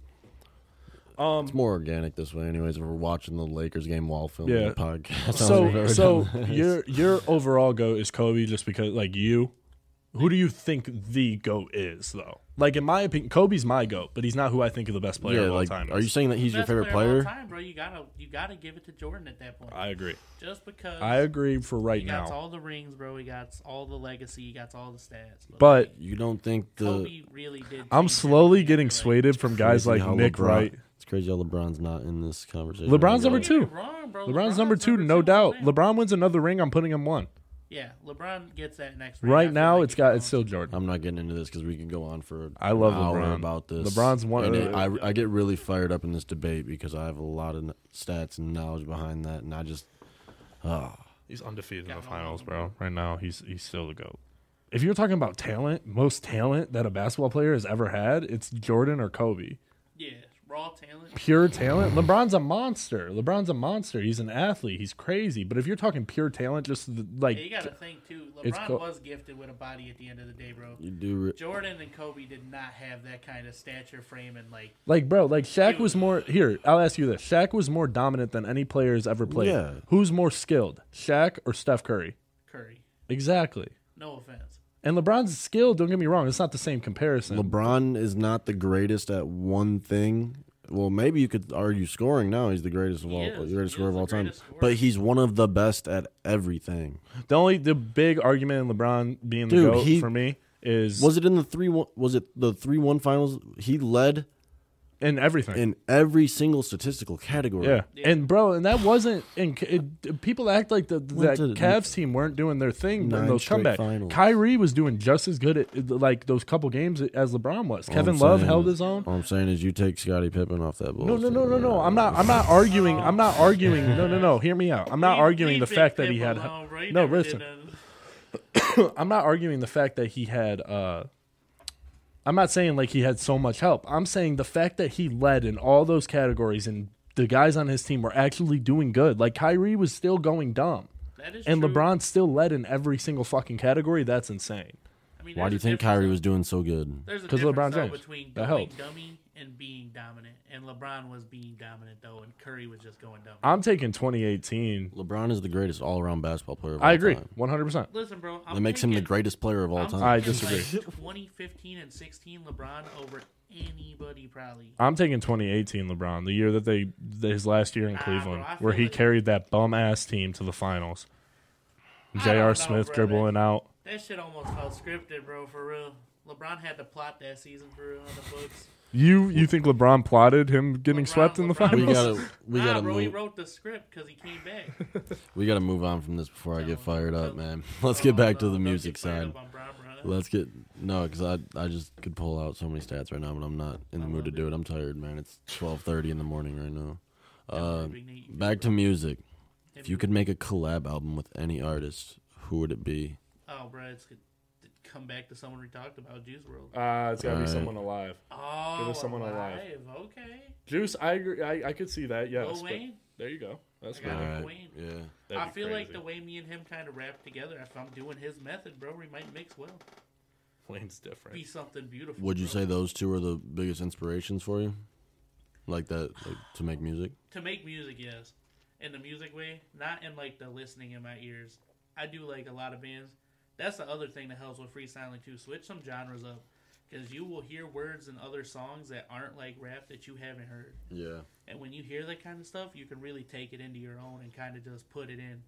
Speaker 1: Um,
Speaker 2: It's more organic this way, anyways. If we're watching the Lakers game while filming
Speaker 1: Yeah.
Speaker 2: the podcast. We've
Speaker 1: so
Speaker 2: ever
Speaker 1: so
Speaker 2: done this.
Speaker 1: your your overall goat is Kobe just because like you who do you think the goat is though like in my opinion Kobe's my goat but he's not who I think of the best player
Speaker 2: yeah,
Speaker 1: of all
Speaker 2: like,
Speaker 1: time
Speaker 2: are you
Speaker 1: is.
Speaker 2: saying that he's your
Speaker 3: Best
Speaker 2: favorite
Speaker 3: of
Speaker 2: player?
Speaker 3: all time, bro. You gotta you gotta give it to Jordan at that point.
Speaker 1: I agree
Speaker 3: Just because
Speaker 1: I agree for right
Speaker 3: he got
Speaker 1: now
Speaker 3: all the rings, bro. He got all the legacy. He got all the stats.
Speaker 1: but
Speaker 2: You don't think the
Speaker 3: Kobe really did.
Speaker 1: I'm
Speaker 3: change
Speaker 1: slowly
Speaker 3: everything,
Speaker 1: getting
Speaker 3: like-
Speaker 1: swayed from guys
Speaker 2: Crazy
Speaker 1: like
Speaker 2: how
Speaker 1: Nick
Speaker 2: LeBron-
Speaker 1: Wright
Speaker 2: It's crazy how LeBron's not in this conversation.
Speaker 1: LeBron's
Speaker 2: Like,
Speaker 1: number
Speaker 3: Don't
Speaker 1: two.
Speaker 3: get me wrong, bro.
Speaker 1: Oh, LeBron's number two no
Speaker 3: all
Speaker 1: doubt
Speaker 3: time.
Speaker 1: LeBron wins another ring I'm putting him one
Speaker 3: Yeah, LeBron gets that next. ring. I
Speaker 1: right
Speaker 3: feel
Speaker 1: now
Speaker 3: like
Speaker 1: it's
Speaker 3: he
Speaker 1: got
Speaker 3: belongs.
Speaker 1: it's still Jordan
Speaker 2: I'm not getting into this because we can go on for.
Speaker 1: I love
Speaker 2: an hour
Speaker 1: LeBron.
Speaker 2: about this.
Speaker 1: LeBron's one-
Speaker 2: And it- I, I get really fired up in this debate because I have a lot of stats and knowledge behind that, and I just
Speaker 1: he's undefeated in
Speaker 3: Got
Speaker 1: the
Speaker 3: no
Speaker 1: finals
Speaker 3: one.
Speaker 1: bro right now he's he's still the goat. If you're talking about talent, most talent that a basketball player has ever had, it's Jordan or Kobe.
Speaker 3: yeah raw talent.
Speaker 1: pure talent. LeBron's a monster. LeBron's a monster. He's an athlete. He's crazy. But if you're talking pure talent, just the, like
Speaker 3: Yeah, you got to think too.
Speaker 1: It's
Speaker 3: LeBron
Speaker 1: co-
Speaker 3: was gifted with a body at the end of the day, bro.
Speaker 2: you do. Re-
Speaker 3: Jordan and Kobe did not have that kind of stature, frame, and like
Speaker 1: like bro, like Shaq was more here. I'll ask you this: Shaq was more dominant than any player has ever played.
Speaker 2: Yeah.
Speaker 1: Who's more skilled, Shaq or Steph Curry?
Speaker 3: Curry.
Speaker 1: Exactly.
Speaker 3: No offense.
Speaker 1: And LeBron's skill, don't get me wrong, it's not the same comparison.
Speaker 2: LeBron is not the greatest at one thing. Well, maybe you could argue scoring now. He's the greatest of
Speaker 3: He
Speaker 2: all,
Speaker 3: is.
Speaker 2: the greatest
Speaker 3: He
Speaker 2: scorer
Speaker 3: is
Speaker 2: of
Speaker 3: the
Speaker 2: all time.
Speaker 3: greatest scorer.
Speaker 2: But he's one of the best at everything.
Speaker 1: the only the big argument in LeBron being the
Speaker 2: Dude,
Speaker 1: goat
Speaker 2: he-
Speaker 1: for me is
Speaker 2: Was it in the three one? Was it the three one finals? He led
Speaker 1: in everything.
Speaker 2: in every single statistical category.
Speaker 1: yeah.
Speaker 3: Yeah.
Speaker 1: and bro, and that wasn't. And c- it, people act like the that
Speaker 2: to the-
Speaker 1: Cavs team weren't doing their thing in
Speaker 2: Nine
Speaker 1: those
Speaker 2: straight
Speaker 1: comebacks.
Speaker 2: finals.
Speaker 1: Kyrie was doing just as good at like those couple games as LeBron was. Kevin
Speaker 2: I'm
Speaker 1: Love
Speaker 2: saying-
Speaker 1: held his own.
Speaker 2: All I'm saying is you take Scottie Pippen off that bull.
Speaker 1: No, no, no, no, no. I'm not. I'm not arguing. I'm not arguing. No, no, no. Hear me out. I'm not
Speaker 3: Leave-
Speaker 1: arguing the
Speaker 3: leave Big
Speaker 1: fact that he had.
Speaker 3: Pip alone, bro. He
Speaker 1: No,
Speaker 3: never did
Speaker 1: listen.
Speaker 3: nothing.
Speaker 1: I'm not arguing the fact that he had uh I'm not saying like he had so much help. I'm saying the fact that he led in all those categories and the guys on his team were actually doing good. Like Kyrie was still going dumb.
Speaker 3: That is
Speaker 1: And
Speaker 3: true.
Speaker 1: LeBron still led in every single fucking category. That's insane.
Speaker 3: I mean,
Speaker 2: Why do you
Speaker 3: there's a
Speaker 2: think
Speaker 3: difference
Speaker 2: Kyrie
Speaker 3: though.
Speaker 2: was doing so good?
Speaker 3: There's a
Speaker 1: 'Cause
Speaker 3: difference
Speaker 1: LeBron
Speaker 3: though,
Speaker 1: James.
Speaker 3: between
Speaker 1: That
Speaker 3: going
Speaker 1: helped.
Speaker 3: dummy and being dominant, and LeBron was being dominant though, and Curry was just going dummy.
Speaker 1: I'm taking 2018.
Speaker 2: LeBron is the greatest all around basketball player. Of all
Speaker 1: I agree.
Speaker 2: Time.
Speaker 1: 100%.
Speaker 3: Listen, bro, I'm
Speaker 2: That makes him the
Speaker 3: taking-
Speaker 2: greatest player of all
Speaker 3: I'm
Speaker 2: time.
Speaker 1: I
Speaker 3: taking,
Speaker 1: disagree.
Speaker 3: Like 2015 and 16, LeBron over anybody probably.
Speaker 1: I'm taking 2018 LeBron, the year that they his last year in Cleveland,
Speaker 3: bro, I feel
Speaker 1: where he
Speaker 3: like-
Speaker 1: carried that bum ass team to the finals.
Speaker 3: don't
Speaker 1: J.R.
Speaker 3: know,
Speaker 1: Smith
Speaker 3: bro,
Speaker 1: dribbling out.
Speaker 3: That shit almost felt scripted, bro. For real, LeBron had to plot that season for real on the books.
Speaker 1: You you think LeBron plotted him getting
Speaker 3: LeBron-
Speaker 1: swept in the
Speaker 3: LeBron
Speaker 1: finals?
Speaker 2: We
Speaker 3: wrote-
Speaker 2: gotta, we
Speaker 3: nah,
Speaker 2: gotta
Speaker 3: bro, he
Speaker 2: move.
Speaker 3: wrote the script because he came back.
Speaker 2: We gotta move on from this before I get fired up, man. Let's
Speaker 3: Oh,
Speaker 2: get back to
Speaker 3: no,
Speaker 2: the
Speaker 3: don't get
Speaker 2: music
Speaker 3: fired
Speaker 2: side.
Speaker 3: up on Bron, bro.
Speaker 2: Let's get no, because I I just could pull out so many stats right now, but I'm not in the mood to do it. I'm tired, man. It's 12:30 in the morning right now. Uh,
Speaker 3: Big Nate.
Speaker 2: back to music. If you could make a collab album with any artist, who would it be?
Speaker 3: Oh, bro, it's good. Come back to someone we talked about, Juice World.
Speaker 1: Uh, it's gotta be
Speaker 2: Alright.
Speaker 1: someone alive.
Speaker 3: Oh,
Speaker 1: us someone alive.
Speaker 3: Okay.
Speaker 1: Juice, I agree. I, I could see that. Yes,
Speaker 3: Lil
Speaker 1: but
Speaker 3: Wayne.
Speaker 1: there you go. That's
Speaker 3: I
Speaker 1: good.
Speaker 3: got
Speaker 2: All
Speaker 3: it.
Speaker 2: right,
Speaker 3: Wayne.
Speaker 2: yeah.
Speaker 1: That'd
Speaker 3: I
Speaker 1: be
Speaker 3: feel like
Speaker 1: crazy.
Speaker 3: the way me and him kind of rap together, if I'm doing his method, bro, we might mix well.
Speaker 1: Wayne's different.
Speaker 3: Be something beautiful.
Speaker 2: Would you
Speaker 3: bro.
Speaker 2: say those two are the biggest inspirations for you? Like that, like to make music?
Speaker 3: to make music? Yes, in the music way, not in like the listening in my ears. I do like a lot of bands. That's the other thing that helps with freestyling too. Switch some genres up, because you will hear words in other songs that aren't like rap that you haven't heard.
Speaker 2: Yeah.
Speaker 3: And when you hear that kind of stuff, you can really take it into your own and kind of just put it in.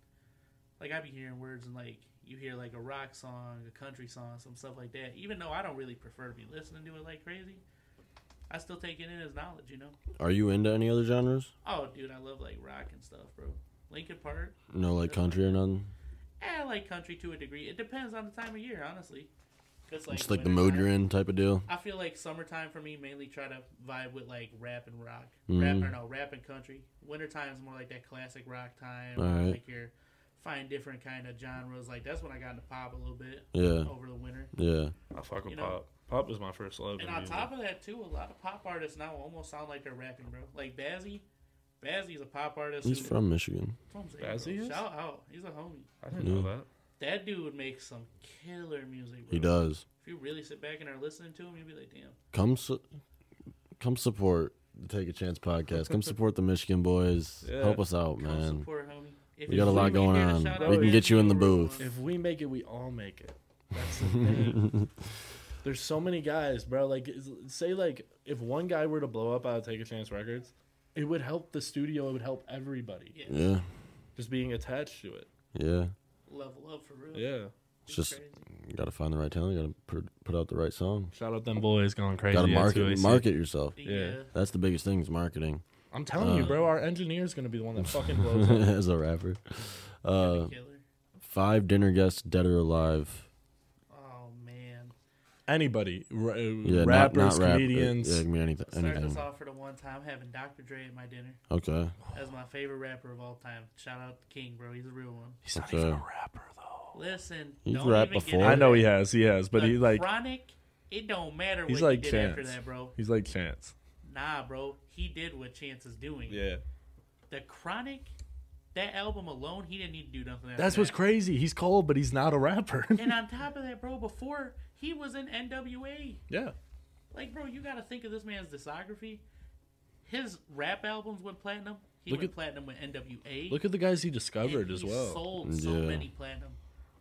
Speaker 3: Like I be hearing words and like you hear like a rock song, a country song, some stuff like that. Even though I don't really prefer to be listening to it like crazy, I still take it in as knowledge, you know.
Speaker 2: Are you into any other genres?
Speaker 3: Oh, dude, I love like rock and stuff, bro. Linkin Park,
Speaker 2: No, like country or nothing.
Speaker 3: eh, I like country to a degree. It depends on the time of year, honestly. It's
Speaker 2: Just like the mood you're in, type of deal.
Speaker 3: I feel like summertime for me mainly try to vibe with like rap and rock,
Speaker 2: Mhm.
Speaker 3: rap or no rap and country. Wintertime is more like that classic rock time,
Speaker 2: All right.
Speaker 3: like your find different kind of genres. Like that's when I got into pop a little bit
Speaker 2: Yeah,
Speaker 3: over the winter.
Speaker 2: yeah.
Speaker 1: I fuck with
Speaker 3: You know-
Speaker 1: pop. Pop was my first love.
Speaker 3: And
Speaker 1: in
Speaker 3: on
Speaker 1: music.
Speaker 3: top of that too, a lot of pop artists now almost sound like they're rapping, bro. Like Bazzy, Bazzy's a pop artist.
Speaker 2: He's
Speaker 3: who-
Speaker 2: from Michigan.
Speaker 3: That's what I'm saying,
Speaker 1: Bazzy
Speaker 3: bro.
Speaker 1: is?
Speaker 3: Shout out, he's a homie.
Speaker 1: I didn't know that.
Speaker 3: That dude makes some killer music. Bro.
Speaker 2: He does.
Speaker 3: If you really sit back and are listening to him, you'll be like, damn.
Speaker 2: Come, su- come support the Take a Chance podcast. Come support the Michigan boys.
Speaker 1: Yeah.
Speaker 2: Help us out,
Speaker 3: Come
Speaker 2: man.
Speaker 3: support, homie. If
Speaker 2: We
Speaker 3: you
Speaker 2: got a lot
Speaker 3: really
Speaker 2: going
Speaker 3: need a
Speaker 2: on.
Speaker 3: shout out,
Speaker 1: We can
Speaker 3: man,
Speaker 2: get you in the
Speaker 3: we're on.
Speaker 2: booth.
Speaker 1: If we make it, we all make it. That's the thing. There's so many guys, bro. Like, is- say like if one guy were to blow up out of Take a Chance Records, it would help the studio. It would help everybody.
Speaker 3: Yeah,
Speaker 2: Yeah,
Speaker 1: Just being attached to it.
Speaker 2: yeah.
Speaker 3: level up for real.
Speaker 1: Yeah.
Speaker 3: It's
Speaker 2: just-
Speaker 3: crazy.
Speaker 2: You gotta find the right talent. You gotta put, put out the right song.
Speaker 1: Shout out them boys going crazy.
Speaker 2: gotta
Speaker 1: at
Speaker 2: market
Speaker 1: 2AC.
Speaker 2: market yourself.
Speaker 3: Yeah.
Speaker 2: That's the biggest thing is marketing
Speaker 1: I'm telling you,
Speaker 2: Uh,
Speaker 1: bro. Our engineer's gonna be the one that fucking blows up.
Speaker 2: as a rapper.
Speaker 3: that'd
Speaker 2: Uh,
Speaker 3: be killer.
Speaker 2: five dinner guests, dead or alive.
Speaker 3: Oh man.
Speaker 1: Anybody, r- uh,
Speaker 2: Yeah,
Speaker 1: rappers,
Speaker 2: not, not rap- uh,
Speaker 1: comedians.
Speaker 2: Yeah, it can be anything.
Speaker 3: Start this
Speaker 2: anything.
Speaker 3: off for the one time having Dr. Dre at my dinner.
Speaker 2: Okay.
Speaker 3: That's my favorite rapper of all time. Shout out to King, bro. He's a real one.
Speaker 1: He's
Speaker 2: not even a
Speaker 1: rapper though.
Speaker 3: Listen,
Speaker 2: He's
Speaker 3: don't
Speaker 2: rapped
Speaker 3: even get
Speaker 2: before.
Speaker 3: into
Speaker 1: I know he
Speaker 3: that.
Speaker 1: has, he has, but
Speaker 3: The
Speaker 1: he like
Speaker 3: chronic. It don't matter
Speaker 1: He's
Speaker 3: what
Speaker 1: like
Speaker 3: he did after
Speaker 1: Chance.
Speaker 3: that, bro.
Speaker 1: he's like Chance.
Speaker 3: Nah, bro. He did what Chance is doing.
Speaker 1: Yeah,
Speaker 3: The Chronic, that album alone, he didn't need to do nothing. After
Speaker 1: that's what's
Speaker 3: that.
Speaker 1: crazy. He's cold, but he's not a rapper.
Speaker 3: And on top of that, bro, before he was in NWA,
Speaker 1: yeah,
Speaker 3: like, bro, you got to think of this man's discography. His rap albums went platinum. He
Speaker 1: Look
Speaker 3: went
Speaker 1: at-
Speaker 3: platinum with NWA.
Speaker 1: look at the guys he
Speaker 3: and
Speaker 1: discovered as
Speaker 3: he
Speaker 1: well.
Speaker 3: Sold so
Speaker 2: Yeah.
Speaker 3: many platinum.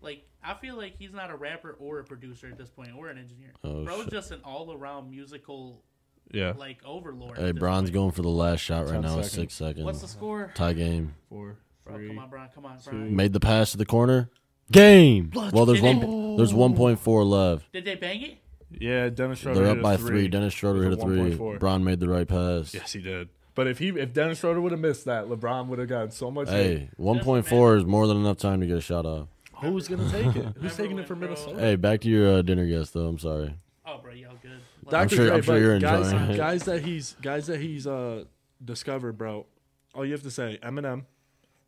Speaker 3: Like I feel like he's not a rapper or a producer at this point, or an engineer.
Speaker 2: Oh,
Speaker 3: Bro's
Speaker 2: shit.
Speaker 3: just an all-around musical
Speaker 1: Yeah.
Speaker 3: like overlord.
Speaker 2: Hey,
Speaker 3: at this
Speaker 2: Bron's
Speaker 3: point.
Speaker 2: going for the last shot right
Speaker 1: 10
Speaker 2: now.
Speaker 1: seconds.
Speaker 2: It's six seconds.
Speaker 3: What's the score?
Speaker 2: Tie game.
Speaker 1: Four,
Speaker 3: Bro,
Speaker 1: three.
Speaker 3: come on, Bron. Come on,
Speaker 1: two.
Speaker 3: Bron.
Speaker 2: Made the pass to the corner. Game. well, there's
Speaker 3: get
Speaker 2: one. There's one point four left.
Speaker 3: Did they bang it?
Speaker 1: Yeah, Dennis Schroeder.
Speaker 2: They're
Speaker 1: hit
Speaker 2: up
Speaker 1: a
Speaker 2: by
Speaker 1: three.
Speaker 2: three. Dennis Schroeder
Speaker 1: With
Speaker 2: hit
Speaker 1: a
Speaker 2: a three.
Speaker 1: 1.4.
Speaker 2: Bron made the right pass.
Speaker 1: Yes, he did. But if he if Dennis Schroeder would have missed that, LeBron would have gotten so much. hate.
Speaker 2: Hey, one point four is more than enough time to get a shot off.
Speaker 1: who's gonna take it? Who's
Speaker 3: Remember
Speaker 1: taking
Speaker 3: when
Speaker 1: it from
Speaker 3: Bro-
Speaker 1: Minnesota?
Speaker 2: Hey, back to your uh, dinner guest though. I'm sorry.
Speaker 3: Oh, bro, y'all good.
Speaker 1: Dr.
Speaker 2: I'm sure-
Speaker 1: Dre,
Speaker 2: I'm sure
Speaker 1: but
Speaker 2: you're
Speaker 1: guys,
Speaker 2: enjoying it.
Speaker 1: guys that he's guys that he's uh discovered, bro. All you have to say, Eminem,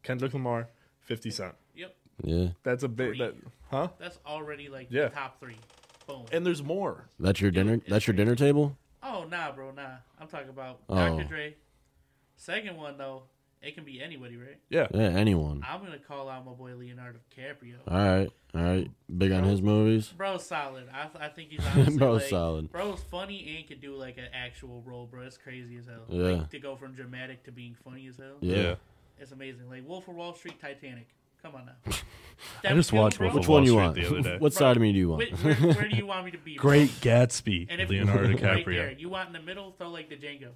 Speaker 1: Kendrick Lamar, Fifty Cent.
Speaker 3: yep,
Speaker 2: Yeah,
Speaker 1: That's a big
Speaker 3: Three.
Speaker 1: that, huh?
Speaker 3: that's already like
Speaker 1: Yeah.
Speaker 3: the top three. Boom.
Speaker 1: And there's more.
Speaker 2: that's your dinner. That's your dinner table.
Speaker 3: oh nah, bro, nah. I'm talking about
Speaker 2: Oh.
Speaker 3: Dr. Dre. Second one though, it can be anybody, right?
Speaker 1: Yeah,
Speaker 2: Yeah, anyone.
Speaker 3: I'm gonna call out my boy Leonardo DiCaprio.
Speaker 2: All right, all right. Big on his movies.
Speaker 3: Bro's solid. I, I think he's honestly,
Speaker 2: Bro's
Speaker 3: like,
Speaker 2: solid.
Speaker 3: Bro's funny and could do like an actual role, bro. It's crazy as hell.
Speaker 2: Yeah.
Speaker 3: Like, to go from dramatic to being funny as hell.
Speaker 2: Yeah.
Speaker 1: Yeah.
Speaker 3: It's amazing. Like Wolf of Wall Street, Titanic. Come on now.
Speaker 1: I just watched Wolf
Speaker 2: Which
Speaker 1: Wall
Speaker 2: one you
Speaker 1: Street
Speaker 2: want?
Speaker 1: the other day.
Speaker 2: what side of me do you want?
Speaker 3: Where, where, where do you want me to be? bro?
Speaker 1: Great Gatsby,
Speaker 3: And if
Speaker 1: Leonardo
Speaker 3: Right there.
Speaker 1: DiCaprio,
Speaker 3: You want in the middle? Throw like the Django.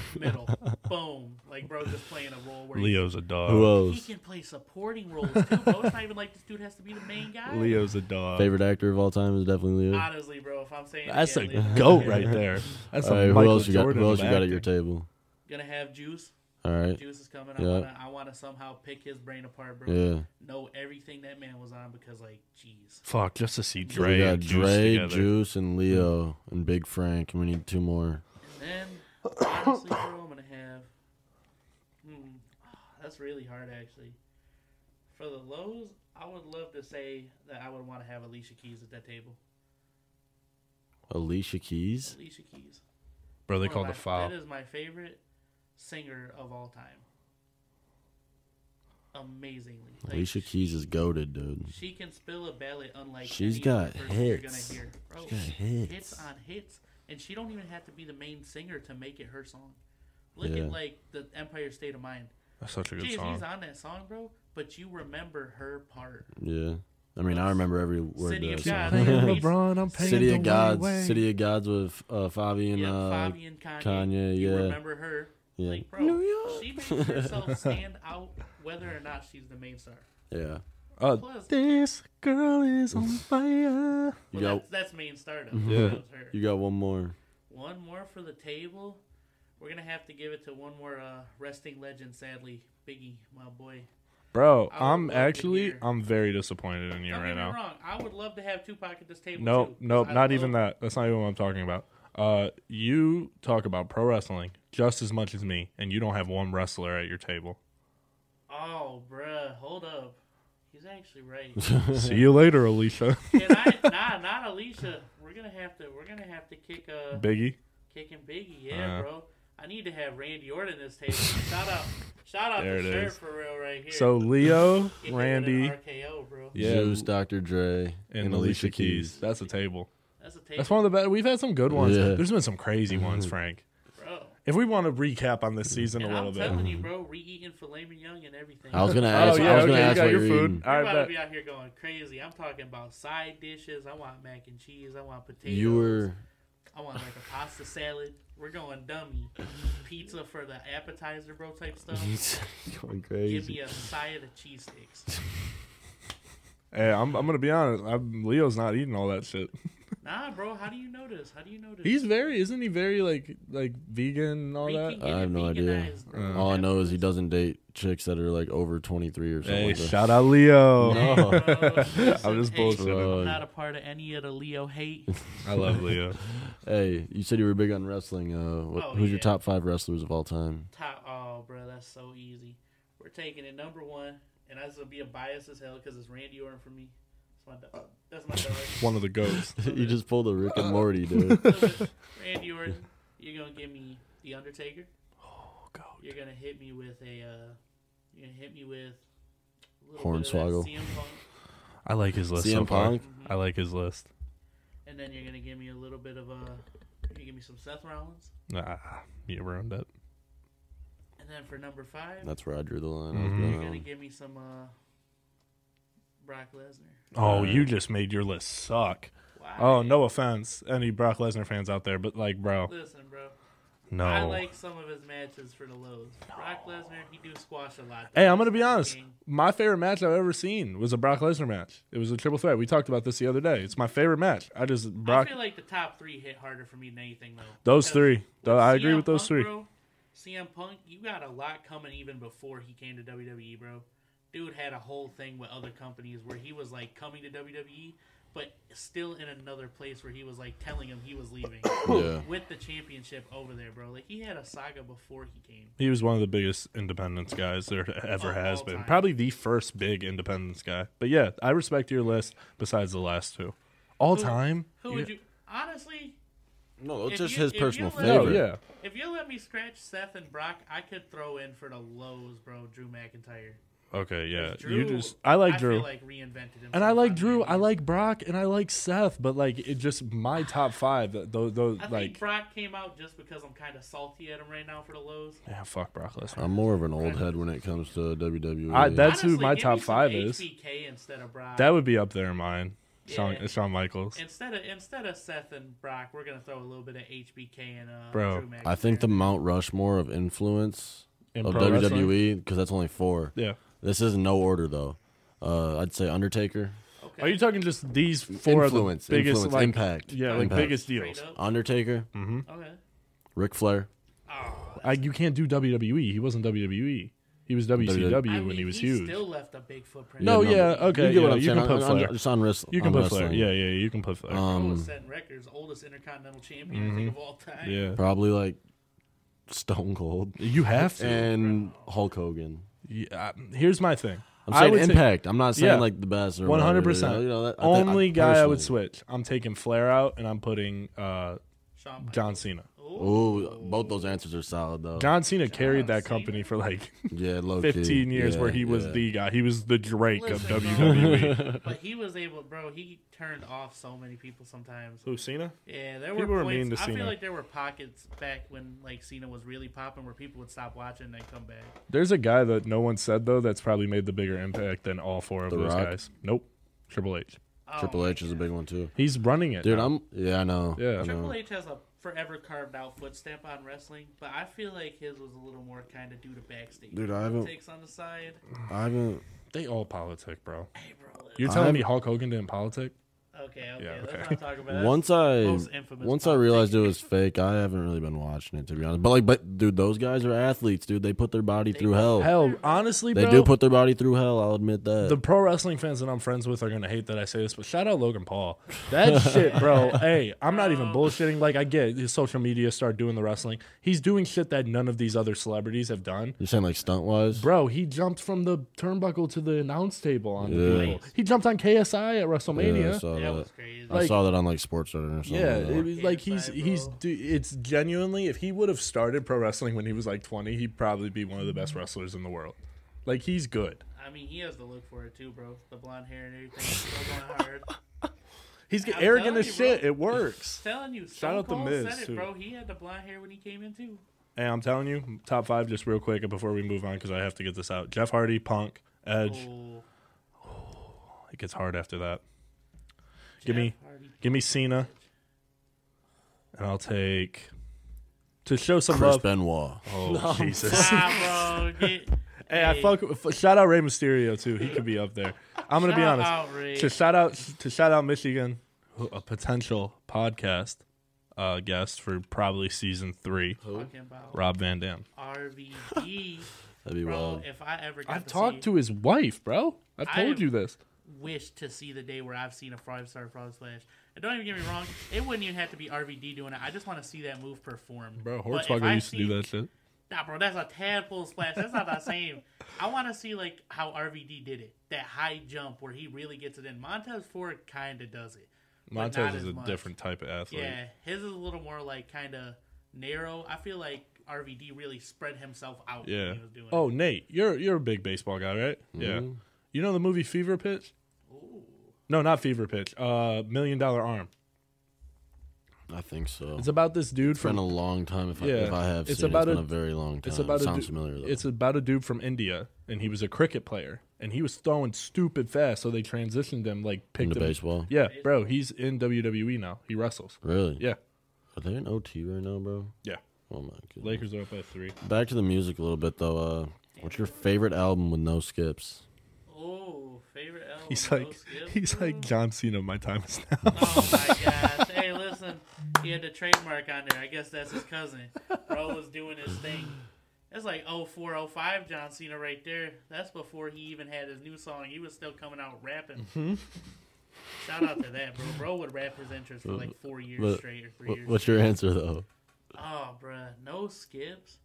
Speaker 3: middle. Boom. Like bro, just playing a role where
Speaker 1: Leo's a dog.
Speaker 2: Who
Speaker 3: He, he
Speaker 2: else?
Speaker 3: can play supporting roles too, bro. It's not even like this dude has to be the main guy.
Speaker 1: Leo's a dog.
Speaker 2: Favorite actor of all time is definitely Leo.
Speaker 3: Honestly, bro, if I'm saying it,
Speaker 1: That's
Speaker 3: yeah,
Speaker 1: a
Speaker 3: Leo.
Speaker 1: goat right there. That's
Speaker 2: All
Speaker 1: a
Speaker 2: right, who
Speaker 1: Michael
Speaker 2: else you got?
Speaker 1: Jordan
Speaker 2: Who
Speaker 1: of
Speaker 2: else you got at
Speaker 1: acting.
Speaker 2: your table?
Speaker 3: Gonna have juice.
Speaker 2: All right.
Speaker 3: Juice is coming.
Speaker 2: Yeah.
Speaker 3: I wanna, I wanna somehow pick his brain apart, bro.
Speaker 2: Yeah.
Speaker 3: Know everything that man was on because, like, jeez.
Speaker 1: Fuck, just to see
Speaker 2: So
Speaker 1: Dre
Speaker 2: we got
Speaker 1: and uh, Juice
Speaker 2: Dre,
Speaker 1: together. Hmm.
Speaker 2: Juice, and Leo, and Big Frank, and we need two more.
Speaker 3: And then, honestly, bro, I'm gonna have. Hmm, that's really hard, actually. For the lows, I would love to say that I would want to have Alicia Keys at that table.
Speaker 2: Alicia Keys.
Speaker 3: Alicia Keys.
Speaker 1: Bro, they
Speaker 3: One of
Speaker 1: called
Speaker 3: my-
Speaker 1: the foul.
Speaker 3: That is my favorite singer of all time. Amazingly, Like,
Speaker 2: Alicia Keys is goaded, dude.
Speaker 3: She can spill a ballad unlike
Speaker 2: She's
Speaker 3: any other
Speaker 2: got
Speaker 3: person you're gonna
Speaker 2: hits.
Speaker 3: hear. Bro,
Speaker 2: She's got
Speaker 3: she-
Speaker 2: hits.
Speaker 3: on hits, and she don't even have to be the main singer to make it her song. Look
Speaker 2: Yeah.
Speaker 3: at like the Empire State of Mind.
Speaker 1: That's such a good
Speaker 3: Jeez, he's
Speaker 1: song.
Speaker 3: on that song, bro. But you remember her part.
Speaker 2: Yeah. I mean, I remember every word
Speaker 3: City
Speaker 2: of
Speaker 3: of
Speaker 2: that
Speaker 3: God.
Speaker 2: song.
Speaker 3: Hey,
Speaker 1: I'm
Speaker 2: City of Gods. City of Gods with uh, Fabi and
Speaker 3: yeah,
Speaker 2: uh,
Speaker 3: Fabi and Kanye.
Speaker 2: Kanye,
Speaker 3: You
Speaker 2: yeah.
Speaker 3: remember her.
Speaker 2: yeah.
Speaker 3: Like, bro,
Speaker 2: New York.
Speaker 3: she makes herself stand out whether or not she's the main star.
Speaker 2: yeah.
Speaker 3: Plus,
Speaker 1: Uh, this girl is on fire.
Speaker 2: You
Speaker 3: well,
Speaker 2: got
Speaker 3: that's, that's main star, though.
Speaker 1: Mm-hmm. Yeah.
Speaker 3: That was her.
Speaker 2: you got one more.
Speaker 3: One more for the table. We're gonna have to give it to one more uh, resting legend. Sadly, Biggie, my boy.
Speaker 1: Bro,
Speaker 3: I would
Speaker 1: I'm
Speaker 3: love to
Speaker 1: actually
Speaker 3: hear-
Speaker 1: I'm very disappointed in you
Speaker 3: Don't
Speaker 1: right
Speaker 3: get me
Speaker 1: now.
Speaker 3: wrong. I would love to have Tupac at this table.
Speaker 1: Nope,
Speaker 3: too, 'cause
Speaker 1: nope,
Speaker 3: I
Speaker 1: not
Speaker 3: love-
Speaker 1: even that. That's not even what I'm talking about. Uh, you talk about pro wrestling just as much as me, and you don't have one wrestler at your table.
Speaker 3: Oh, bruh, hold up. He's actually right.
Speaker 1: See you later, Alicia.
Speaker 3: Can I, nah, not Alicia. We're gonna have to. We're gonna have to kick uh,
Speaker 1: Biggie.
Speaker 3: kicking Biggie. Yeah,
Speaker 1: Uh.
Speaker 3: bro. I need to have Randy Orton at this table. Shout out, shout out
Speaker 1: There
Speaker 3: to
Speaker 1: it
Speaker 3: Sher
Speaker 1: is.
Speaker 3: for real right here.
Speaker 1: So Leo,
Speaker 3: Get him with an
Speaker 1: Randy,
Speaker 3: RKO, bro.
Speaker 1: Yeah.
Speaker 2: Juice, Dr. Dre,
Speaker 1: and, Alicia Keys. That's a table.
Speaker 3: That's a table,
Speaker 1: That's one of the best. We've had some good ones.
Speaker 2: Yeah.
Speaker 1: There's been some crazy ones, Frank.
Speaker 3: bro.
Speaker 1: If we want to recap on this season
Speaker 3: And
Speaker 1: a little
Speaker 3: I'm
Speaker 1: bit. Mm-hmm.
Speaker 3: telling you, bro, re-eating filet mignon and everything.
Speaker 2: I was gonna
Speaker 1: Oh
Speaker 2: ask.
Speaker 1: yeah,
Speaker 2: I was
Speaker 1: okay,
Speaker 2: gonna
Speaker 1: you
Speaker 2: ask
Speaker 1: got
Speaker 2: what
Speaker 1: your
Speaker 2: you're
Speaker 1: food.
Speaker 2: eating.
Speaker 1: All
Speaker 3: You're
Speaker 1: right,
Speaker 3: about to
Speaker 1: bet.
Speaker 3: be out here going crazy. I'm talking about side dishes. I want mac and cheese. I want potatoes.
Speaker 2: You were.
Speaker 3: I want like a pasta salad. We're going dummy. Pizza for the appetizer, bro, type stuff.
Speaker 2: going
Speaker 3: Give me
Speaker 2: crazy.
Speaker 3: a side of cheese sticks.
Speaker 1: Hey, I'm, I'm gonna be honest. I'm, Leo's not eating all that shit.
Speaker 3: Nah, bro, how do you know this? How do you know this?
Speaker 1: He's very, isn't he? Very like like vegan and all
Speaker 3: We can
Speaker 1: that.
Speaker 3: get
Speaker 2: I have
Speaker 3: it
Speaker 2: no idea.
Speaker 3: veganized,
Speaker 1: Uh,
Speaker 3: bro.
Speaker 2: All I know is he doesn't date chicks that are like over 23 or something.
Speaker 1: Hey,
Speaker 2: like that.
Speaker 1: shout out Leo.
Speaker 2: No.
Speaker 3: Bro, listen,
Speaker 1: I'm just
Speaker 3: hey,
Speaker 1: bullshitting.
Speaker 3: I'm not a part of any of the Leo hate.
Speaker 1: I love Leo.
Speaker 2: Hey, you said you were big on wrestling. Uh, what,
Speaker 3: Oh,
Speaker 2: who's your
Speaker 3: yeah.
Speaker 2: top five wrestlers of all time?
Speaker 3: Top, oh, bro, that's so easy. We're taking it number one, and that's gonna be a bias as hell because it's Randy Orton for me. That's my dog. That's my dog.
Speaker 1: One of the goats.
Speaker 2: you just pulled a Rick and Morty, dude.
Speaker 3: Randy Orton, you're gonna give me the Undertaker.
Speaker 1: Oh, goat.
Speaker 3: You're gonna hit me with a. Uh, you're gonna hit me with. a little bit of that
Speaker 2: Hornswoggle.
Speaker 3: CM Punk,
Speaker 1: I like his list. so
Speaker 2: CM
Speaker 1: far.
Speaker 2: Punk.
Speaker 1: I like his list.
Speaker 3: and then you're gonna give me a little bit of a. You're gonna give me some Seth Rollins,
Speaker 1: Nah, you ruined it.
Speaker 3: and then for number five,
Speaker 2: That's where I drew the line.
Speaker 1: Mhm.
Speaker 2: I was
Speaker 3: you're
Speaker 2: going
Speaker 3: gonna
Speaker 2: on.
Speaker 3: give me some. uh Brock Lesnar.
Speaker 1: Oh, you just made your list suck.
Speaker 3: Why?
Speaker 1: Oh, no offense, any Brock Lesnar fans out there, but like, bro,
Speaker 3: Listen, bro.
Speaker 1: no.
Speaker 3: I like some of his matches for the lows. Brock Lesnar, he do squash a lot. though.
Speaker 1: Hey, I'm gonna be
Speaker 3: He's
Speaker 1: honest.
Speaker 3: king.
Speaker 1: My favorite match I've ever seen was a Brock Lesnar match. It was a triple threat. We talked about this the other day. It's my favorite match. I just Brock
Speaker 3: I feel like the top three hit harder for me than anything though.
Speaker 1: those
Speaker 3: Because
Speaker 1: three. Though
Speaker 3: with
Speaker 1: I agree
Speaker 3: CM
Speaker 1: with those
Speaker 3: Punk,
Speaker 1: three.
Speaker 3: Bro, CM Punk, you got a lot coming even before he came to WWE, bro. Dude had a whole thing with other companies where he was like coming to WWE, but still in another place where he was like telling him he was leaving
Speaker 2: Yeah.
Speaker 3: with the championship over there, bro. Like he had a saga before he came.
Speaker 1: He was one of the biggest independence guys there ever
Speaker 3: Of
Speaker 1: has
Speaker 3: all
Speaker 1: been.
Speaker 3: time.
Speaker 1: Probably the first big independence guy. But yeah, I respect your list. Besides the last two, all
Speaker 3: Who-
Speaker 1: time.
Speaker 3: Who would you honestly?
Speaker 2: No, it's
Speaker 3: If
Speaker 2: just
Speaker 3: you-
Speaker 2: his
Speaker 3: if you
Speaker 2: personal
Speaker 3: let-
Speaker 1: Oh
Speaker 2: favorite.
Speaker 1: yeah.
Speaker 3: If you let me scratch Seth and Brock, I could throw in for the lows, bro. Drew McIntyre.
Speaker 1: Okay. Yeah.
Speaker 3: Drew,
Speaker 1: Uh, you just. I like Drew.
Speaker 3: feel like reinvented himself.
Speaker 1: and I like
Speaker 3: on
Speaker 1: Drew.
Speaker 3: main
Speaker 1: I like Brock, and I like Seth. But like, it just my top five. th- Those, those
Speaker 3: I think
Speaker 1: like,
Speaker 3: Brock came out just because I'm kind of salty at him right now for the lows.
Speaker 1: yeah, fuck Brock Lesnar.
Speaker 2: I'm more of an old head when it comes to WWE.
Speaker 1: I- that- That's who
Speaker 3: Honestly,
Speaker 1: my
Speaker 3: give
Speaker 1: top
Speaker 3: me some
Speaker 1: five is.
Speaker 3: HBK instead of Brock.
Speaker 1: That would be up there in mine. Shawn,
Speaker 3: Yeah.
Speaker 1: Shawn Michaels.
Speaker 3: instead of instead of Seth and Brock, we're gonna throw a little bit of HBK and uh,
Speaker 1: Bro,
Speaker 3: Drew
Speaker 2: I think the
Speaker 3: McIntyre.
Speaker 2: Mount Rushmore of influence
Speaker 1: In
Speaker 2: of E.
Speaker 1: pro wrestling?
Speaker 2: WWE because that's only four.
Speaker 1: Yeah.
Speaker 2: This is no order though. Uh, I'd say Undertaker.
Speaker 3: Okay.
Speaker 1: Are you talking just these four
Speaker 2: Influence,
Speaker 1: of the biggest
Speaker 2: influence,
Speaker 1: like,
Speaker 2: impact,
Speaker 1: Yeah, like
Speaker 2: impact.
Speaker 1: biggest
Speaker 3: Straight
Speaker 1: deals.
Speaker 3: up?
Speaker 2: Undertaker,
Speaker 1: Mm. Mm-hmm.
Speaker 3: Okay.
Speaker 2: Ric Flair.
Speaker 3: Oh,
Speaker 1: I, you can't do WWE. He wasn't WWE. He was WCW
Speaker 2: I
Speaker 1: when
Speaker 3: I
Speaker 1: he
Speaker 3: mean,
Speaker 1: was
Speaker 3: he
Speaker 1: huge.
Speaker 3: Still left a big footprint.
Speaker 1: No,
Speaker 2: but
Speaker 1: yeah, okay,
Speaker 2: You get what
Speaker 1: yeah,
Speaker 2: I'm
Speaker 1: you
Speaker 2: saying.
Speaker 1: can
Speaker 2: on-
Speaker 1: put
Speaker 2: on-
Speaker 1: Flair.
Speaker 2: Just on wrist.
Speaker 1: you can
Speaker 2: on
Speaker 1: put Flair.
Speaker 2: wrestling.
Speaker 1: Yeah, yeah, you can put Flair.
Speaker 3: Bro
Speaker 2: Um,
Speaker 3: was setting records, oldest intercontinental champion I think of all time.
Speaker 1: Mm-hmm. yeah,
Speaker 2: probably like Stone Cold
Speaker 1: you have to.
Speaker 2: and Hulk Hogan.
Speaker 1: Yeah, I- here's my thing.
Speaker 2: I'm
Speaker 1: I
Speaker 2: saying
Speaker 1: would say-
Speaker 2: impact. I'm not saying
Speaker 1: Yeah.
Speaker 2: like the best. or
Speaker 1: One
Speaker 2: whatever,
Speaker 1: hundred percent.
Speaker 2: you know, that- I think- I-
Speaker 1: Only guy I would
Speaker 2: personally.
Speaker 1: switch. I'm taking Flair out, and I'm putting uh,
Speaker 3: Shawn Michaels.
Speaker 1: John Cena.
Speaker 2: Ooh, both those answers are solid though.
Speaker 1: John Cena carried that
Speaker 3: Cena?
Speaker 1: company for like
Speaker 2: yeah, low
Speaker 1: 15
Speaker 2: key.
Speaker 1: years,
Speaker 2: Yeah,
Speaker 1: where he was
Speaker 2: yeah.
Speaker 1: the guy. He was the Drake
Speaker 3: Listen,
Speaker 1: of E.
Speaker 3: bro.
Speaker 1: WWE.
Speaker 3: But he was able, bro. He turned off so many people sometimes.
Speaker 1: Who Cena?
Speaker 3: Yeah, there
Speaker 1: People
Speaker 3: were
Speaker 1: were
Speaker 3: points.
Speaker 1: mean to
Speaker 3: I
Speaker 1: Cena.
Speaker 3: feel like there were pockets back when like Cena was really popping where people would stop watching and then come back.
Speaker 1: There's a guy that no one said though that's probably made the bigger impact than all four of
Speaker 2: The
Speaker 1: those
Speaker 2: Rock?
Speaker 1: guys. Nope, Triple H.
Speaker 3: Oh,
Speaker 2: Triple
Speaker 3: my
Speaker 2: H is a
Speaker 3: God.
Speaker 2: big one too.
Speaker 1: He's running it,
Speaker 2: Dude,
Speaker 1: now.
Speaker 2: I'm yeah, I know.
Speaker 1: Yeah.
Speaker 2: I
Speaker 3: Triple
Speaker 2: know.
Speaker 3: H has a forever carved out footstep on wrestling, but I feel like his was a little more kind of due to backstage.
Speaker 2: Dude, I haven't-
Speaker 3: takes on the side.
Speaker 2: I haven't.
Speaker 1: They all politic, bro.
Speaker 3: Hey, bro. let's-
Speaker 1: You're
Speaker 2: I
Speaker 1: telling
Speaker 2: have-
Speaker 1: me Hulk Hogan didn't politic?
Speaker 3: Okay, okay,
Speaker 1: Yeah, okay.
Speaker 3: let's not talk about that.
Speaker 2: Once I
Speaker 3: most infamous
Speaker 2: once I
Speaker 3: pop
Speaker 2: realized it was fake, I haven't really been watching it to be honest. But like, but dude, those guys are athletes, dude. They put their body through hell.
Speaker 1: Hell, honestly,
Speaker 2: Oh. They
Speaker 1: bro,
Speaker 2: do put their body through hell. I'll admit that.
Speaker 1: the pro wrestling fans that I'm friends with are gonna hate that I say this, but shout out Logan Paul. That shit, bro. Hey, I'm not even bullshitting. Like I get his social media start doing the wrestling. He's doing shit that none of these other celebrities have done.
Speaker 2: You're saying like stunt wise?
Speaker 1: Bro, he jumped from the turnbuckle to the announce table on the
Speaker 2: Yeah.
Speaker 1: people. He jumped on KSI at WrestleMania.
Speaker 2: Yeah, I saw
Speaker 3: that
Speaker 2: that.
Speaker 3: was crazy.
Speaker 2: I saw that on like Sports Center or something.
Speaker 1: Yeah,
Speaker 2: like that.
Speaker 1: it was like
Speaker 3: Yeah,
Speaker 1: he's
Speaker 3: bro.
Speaker 1: he's du- it's genuinely if he would have started pro wrestling when he was like 20, he'd probably be one of the best
Speaker 3: Mm-hmm.
Speaker 1: wrestlers in the world. Like he's good.
Speaker 3: I mean, he has the look for it too, bro. The blonde hair and everything. Still going hard.
Speaker 1: He's get
Speaker 3: I'm
Speaker 1: arrogant
Speaker 3: telling
Speaker 1: as
Speaker 3: you,
Speaker 1: shit.
Speaker 3: bro.
Speaker 1: It works.
Speaker 3: Telling you,
Speaker 1: Shout out The
Speaker 3: Stone Cold
Speaker 1: Miz,
Speaker 3: said it,
Speaker 1: too.
Speaker 3: bro. He had the blonde hair when he came in too.
Speaker 1: and I'm telling you, top 5 just real quick before we move on cuz I have to get this out. Jeff Hardy, Punk, Edge.
Speaker 3: Oh,
Speaker 1: It gets hard after that. Give me
Speaker 3: Jeff Hardy.
Speaker 1: give me Cena. And I'll take to show some
Speaker 2: Chris
Speaker 1: love.
Speaker 2: Benoit.
Speaker 1: Oh Jesus.
Speaker 3: Ah, bro. Get,
Speaker 1: Hey, I fuck. f- Shout out Rey Mysterio too. He could be up there. I'm gonna be
Speaker 3: Shout
Speaker 1: honest.
Speaker 3: out, Rey.
Speaker 1: To shout out to shout out Michigan, who- a potential podcast uh, guest for probably season three.
Speaker 3: Talking about
Speaker 1: Rob Van Dam.
Speaker 3: RVD,
Speaker 2: That'd be
Speaker 3: bro.
Speaker 2: wild.
Speaker 3: If I ever got
Speaker 1: I've
Speaker 3: to
Speaker 1: talked
Speaker 3: see,
Speaker 1: to his wife, bro. I've
Speaker 3: I-
Speaker 1: told you this.
Speaker 3: wish to see the day where I've seen a five star frog splash. And don't even get me wrong, it wouldn't even have to be RVD doing it. I just want to see that move performed. But if I see-
Speaker 1: shit.
Speaker 3: Nah, bro, that's a tadpole splash. That's not the same. I want to see like how RVD did it. That high jump where he really gets it in. Montez Ford kind of does it. but not
Speaker 1: Montez is
Speaker 3: as
Speaker 1: a
Speaker 3: much.
Speaker 1: different type of athlete.
Speaker 3: Yeah, his is a little more like kind of narrow. I feel like RVD really spread himself out.
Speaker 1: Yeah. Mm-hmm.
Speaker 3: When he was doing
Speaker 1: Oh, Nate, you're you're a big baseball guy, right? Yeah. You know the movie Fever Pitch?
Speaker 3: it. Ooh.
Speaker 1: No, not Fever Pitch. Uh, Million Dollar Arm.
Speaker 2: I think so.
Speaker 1: It's about this dude
Speaker 2: It's been
Speaker 1: from
Speaker 2: a long time. If I,
Speaker 1: Yeah.
Speaker 2: if I have,
Speaker 1: It's
Speaker 2: seen it.
Speaker 1: about
Speaker 2: it's been
Speaker 1: a-
Speaker 2: a, very long time.
Speaker 1: It's about a
Speaker 2: sounds
Speaker 1: du-
Speaker 2: familiar though.
Speaker 1: It's about a dude from India, and he was a cricket player, and he was throwing stupid fast. So they transitioned him, like picked
Speaker 2: into
Speaker 1: him.
Speaker 2: baseball.
Speaker 1: Yeah, bro, he's in WWE now. He wrestles.
Speaker 2: Really?
Speaker 1: Yeah,
Speaker 2: Are they in OT right now, bro?
Speaker 1: yeah.
Speaker 2: Oh my god.
Speaker 1: Lakers are up by three.
Speaker 2: Back to the music a little bit though. Uh, what's your favorite album with no skips?
Speaker 3: Oh, favorite album.
Speaker 1: He's
Speaker 3: no
Speaker 1: like,
Speaker 3: skip.
Speaker 1: he's like John Cena. My time is now.
Speaker 3: Oh my gosh. Hey, listen. He had the trademark on there. I guess that's his cousin. Bro was doing his thing. That's like 04, 05 John Cena right there. That's before he even had his new song. He was still coming out rapping.
Speaker 1: Mm-hmm.
Speaker 3: Shout out to that, bro. Bro would rap his entrance for like four years
Speaker 2: But-
Speaker 3: straight or three
Speaker 2: What,
Speaker 3: years.
Speaker 2: what's your answer though?
Speaker 3: Oh, bruh, no skips.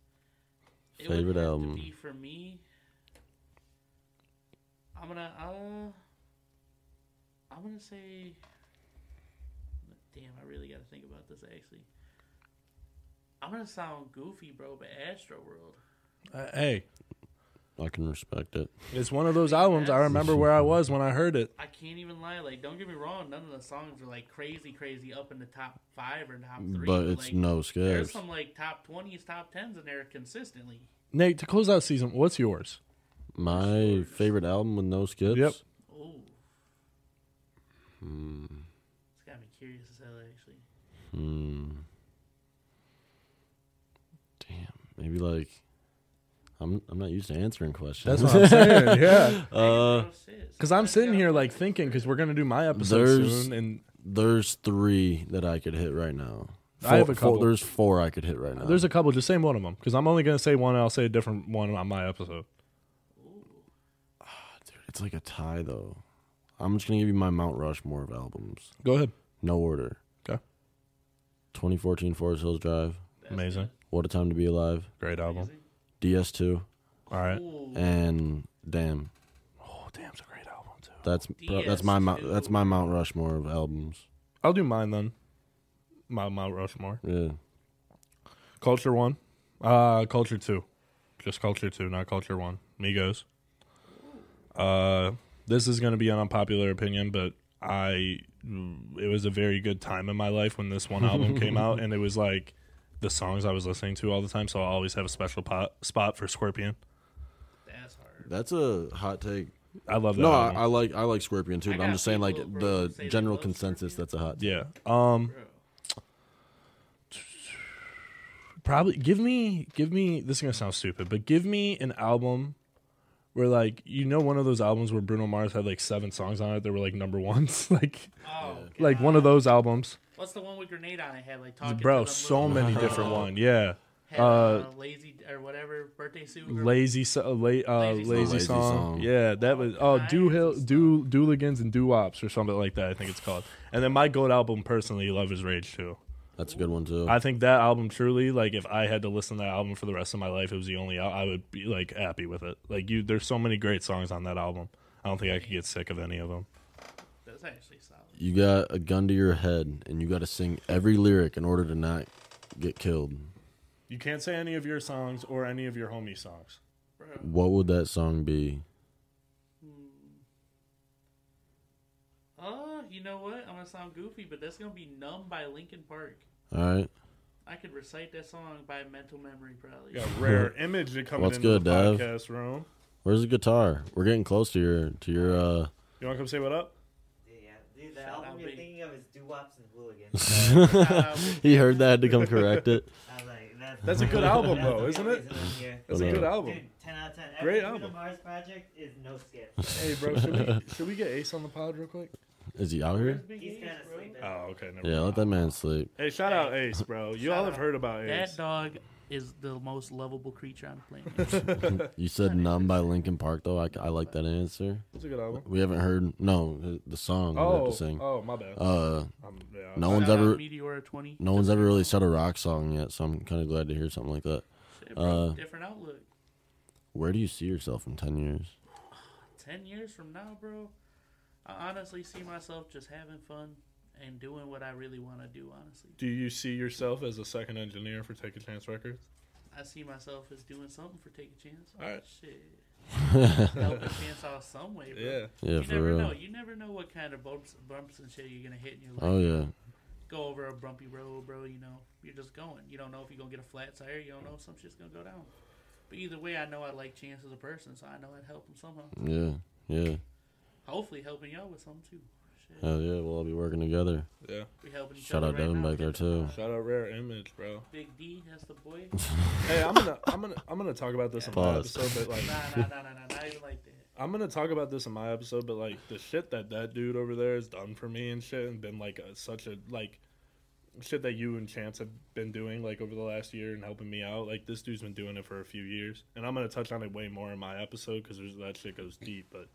Speaker 3: It
Speaker 2: Favorite um,
Speaker 3: would have
Speaker 2: album.
Speaker 3: to be for me. I'm gonna, uh, I'm gonna say. Damn, I really got to think about this actually. I'm gonna sound goofy, bro, but Astro World.
Speaker 1: Uh, hey,
Speaker 2: I can respect it.
Speaker 1: it's one of those albums. I remember where I was when I heard it.
Speaker 3: I can't even lie. Like, don't get me wrong. None of the songs are like crazy, crazy up in the top five or top three.
Speaker 2: but it's
Speaker 3: like,
Speaker 2: no
Speaker 3: There's
Speaker 2: skips.
Speaker 3: some like top twenties, top tens in there consistently.
Speaker 1: Nate, to close out season, what's yours?
Speaker 2: My favorite album with no skips.
Speaker 1: Yep.
Speaker 3: Oh. It's got me curious as hell, actually.
Speaker 2: Hmm. Damn. Maybe like. I'm I'm not used to answering questions.
Speaker 1: That's what I'm saying. Yeah.
Speaker 3: Uh,
Speaker 1: Because I'm sitting here like thinking, because we're gonna do my episode
Speaker 2: There's-
Speaker 1: soon, and
Speaker 2: there's three that I could hit right now. Four,
Speaker 1: I have a
Speaker 2: four-
Speaker 1: couple.
Speaker 2: there's four I could hit right now.
Speaker 1: there's a couple. Just say one of them, because I'm only gonna say one. and I'll say a different one on my episode.
Speaker 2: Dude, it's like a tie though. I'm just gonna give you my Mount Rushmore of albums,
Speaker 1: Go ahead.
Speaker 2: no order.
Speaker 1: Okay.
Speaker 2: 2014 Forest Hills Drive,
Speaker 1: Amazing.
Speaker 2: What a Time to Be Alive,
Speaker 1: Great album.
Speaker 2: DS2,
Speaker 1: All right.
Speaker 2: and Damn.
Speaker 1: Oh, damn, it's a great album too.
Speaker 2: That's pro- that's my Mount,
Speaker 3: DS2.
Speaker 2: that's my Mount Rushmore of albums.
Speaker 1: I'll do mine then. My Mount Rushmore.
Speaker 2: Yeah.
Speaker 1: Culture one. Uh, culture two. Just culture two, not culture one. Migos. Uh, this is gonna be an unpopular opinion, but I, it was a very good time in my life when this one album came out, and it was like the songs I was listening to all the time. So I always have a special pot, spot for Scorpion.
Speaker 3: That's hard.
Speaker 2: That's a hot take.
Speaker 1: I love that.
Speaker 2: No, I,
Speaker 1: album.
Speaker 2: I like I like Scorpion too,
Speaker 3: I
Speaker 2: but I'm
Speaker 3: got
Speaker 2: just saying like
Speaker 3: people, bro, who
Speaker 2: the
Speaker 3: say they
Speaker 2: general
Speaker 3: love
Speaker 2: consensus.
Speaker 3: Scorpion.
Speaker 2: That's a hot. take.
Speaker 1: yeah. Um,
Speaker 3: Bro.
Speaker 1: probably give me give me this is gonna sound stupid, but give me an album where like you know one of those albums where Bruno Mars had like seven songs on it that were like number ones, like
Speaker 3: Oh,
Speaker 1: like one of those albums.
Speaker 3: What's the one with grenade on it? Had like talking.
Speaker 1: Bro,
Speaker 3: to them
Speaker 1: so
Speaker 3: little-
Speaker 1: many different one. Yeah,
Speaker 3: Had, uh,
Speaker 1: uh,
Speaker 3: lazy or whatever birthday suit. Or,
Speaker 1: lazy so, uh, la- uh,
Speaker 3: Lazy
Speaker 1: lazy,
Speaker 3: Song.
Speaker 2: Lazy
Speaker 1: song.
Speaker 2: Song.
Speaker 1: Yeah, that was
Speaker 3: All
Speaker 1: oh do hill
Speaker 3: kinds of
Speaker 1: do dooligans and doo wops or something like that. I think it's called. And then my gold album personally, Love Is Rage too.
Speaker 2: That's a good one too.
Speaker 1: I think that album truly, like, if I had to listen to that album for the rest of my life, it was the only al- I would be like happy with it. Like, you, there's so many great songs on that album. I don't think I could get sick of any of them.
Speaker 3: that's actually solid.
Speaker 2: you got a gun to your head and you got to sing every lyric in order to not get killed.
Speaker 1: You can't say any of your songs or any of your homie songs.
Speaker 3: Bro,
Speaker 2: What would that song be?
Speaker 3: uh, you know what? I'm gonna sound goofy, but that's gonna be "Numb" by Linkin Park.
Speaker 2: All right.
Speaker 3: I could recite that song by mental memory, probably.
Speaker 1: You got rare image that coming
Speaker 2: What's
Speaker 1: into
Speaker 2: good,
Speaker 1: the
Speaker 2: Dev?
Speaker 1: podcast room.
Speaker 2: Where's the guitar? We're getting close to your to your uh
Speaker 1: You want to come say what up?
Speaker 4: Yeah, dude, the
Speaker 3: Shout out
Speaker 4: album you're
Speaker 3: Big.
Speaker 4: thinking of is Doo Wops and Hooligans.
Speaker 2: He heard that had to come correct it.
Speaker 4: I was like, that's,
Speaker 1: That's a good album,
Speaker 4: that's the
Speaker 1: though,
Speaker 4: real
Speaker 1: isn't it?
Speaker 4: reason I'm here.
Speaker 1: That's a
Speaker 2: Whatever.
Speaker 1: good album.
Speaker 4: Dude, 10 out of 10.
Speaker 1: Great
Speaker 4: Every Bruno
Speaker 1: album.
Speaker 4: Mars project is no skip.
Speaker 1: Hey, bro, should we, should we get Ace on the pod real quick?
Speaker 2: Is he out here?
Speaker 4: He's kind of sleeping.
Speaker 1: Oh, okay. Never
Speaker 2: Yeah, let
Speaker 1: mind.
Speaker 2: that man sleep.
Speaker 1: Hey, shout out Ace, bro. You
Speaker 3: Shout
Speaker 1: all have
Speaker 3: out.
Speaker 1: heard about
Speaker 3: That
Speaker 1: Ace.
Speaker 3: dog is the most lovable creature on the planet.
Speaker 2: You said "Numb" by Linkin Park though. I, I like that answer.
Speaker 1: That's a good album.
Speaker 2: We haven't heard no the- the song we have
Speaker 1: Oh,
Speaker 2: to sing.
Speaker 1: oh, my bad.
Speaker 2: Uh,
Speaker 1: Um, yeah,
Speaker 2: no
Speaker 1: I-
Speaker 2: one's
Speaker 3: Shout out
Speaker 2: ever
Speaker 3: Meteor 20.
Speaker 2: no one's ever really said a rock song yet, so I'm kind of glad to hear something like that.
Speaker 3: Shit, bro,
Speaker 2: uh,
Speaker 3: different outlook.
Speaker 2: Where do you see yourself in ten years?
Speaker 3: Ten years from now, bro, I honestly see myself just having fun and doing what I really want to do. Honestly,
Speaker 1: Do you see yourself as a second engineer for Take a Chance Records?
Speaker 3: I see myself as doing something for take a chance.
Speaker 1: All right.
Speaker 3: Shit, help a chance out some way, bro.
Speaker 2: Yeah,
Speaker 3: you
Speaker 2: for
Speaker 3: never
Speaker 2: real.
Speaker 3: know. You never know what kind of bumps, bumps and shit you're gonna hit in your life.
Speaker 2: Oh yeah.
Speaker 3: Go over a bumpy road, bro. You know, you're just going. You don't know if you're gonna get a flat tire. You don't know if some shit's gonna go down. But either way, I know I like Chance as a person, so I know I'd help him somehow.
Speaker 2: Yeah, yeah.
Speaker 3: Hopefully, helping y'all with something too. Shit.
Speaker 2: Hell yeah, we'll all be working together.
Speaker 1: Yeah.
Speaker 3: We helping each
Speaker 2: Shout
Speaker 3: other
Speaker 2: out
Speaker 3: right
Speaker 2: Devin
Speaker 3: now. Uh,
Speaker 2: back there, too.
Speaker 1: Shout out Rare Image, bro.
Speaker 3: Big D, that's the boy.
Speaker 1: Hey, I'm gonna I'm gonna I'm gonna talk about this in my
Speaker 2: Pause.
Speaker 1: episode, but like
Speaker 3: Nah, nah, nah, nah, nah, not even like that.
Speaker 1: I'm gonna talk about this in my episode, but like the shit that that dude over there has done for me and shit, and been like a, such a like shit that you and Chance have been doing like over the last year and helping me out. Like this dude's been doing it for a few years, and I'm gonna touch on it way more in my episode because that shit goes deep. But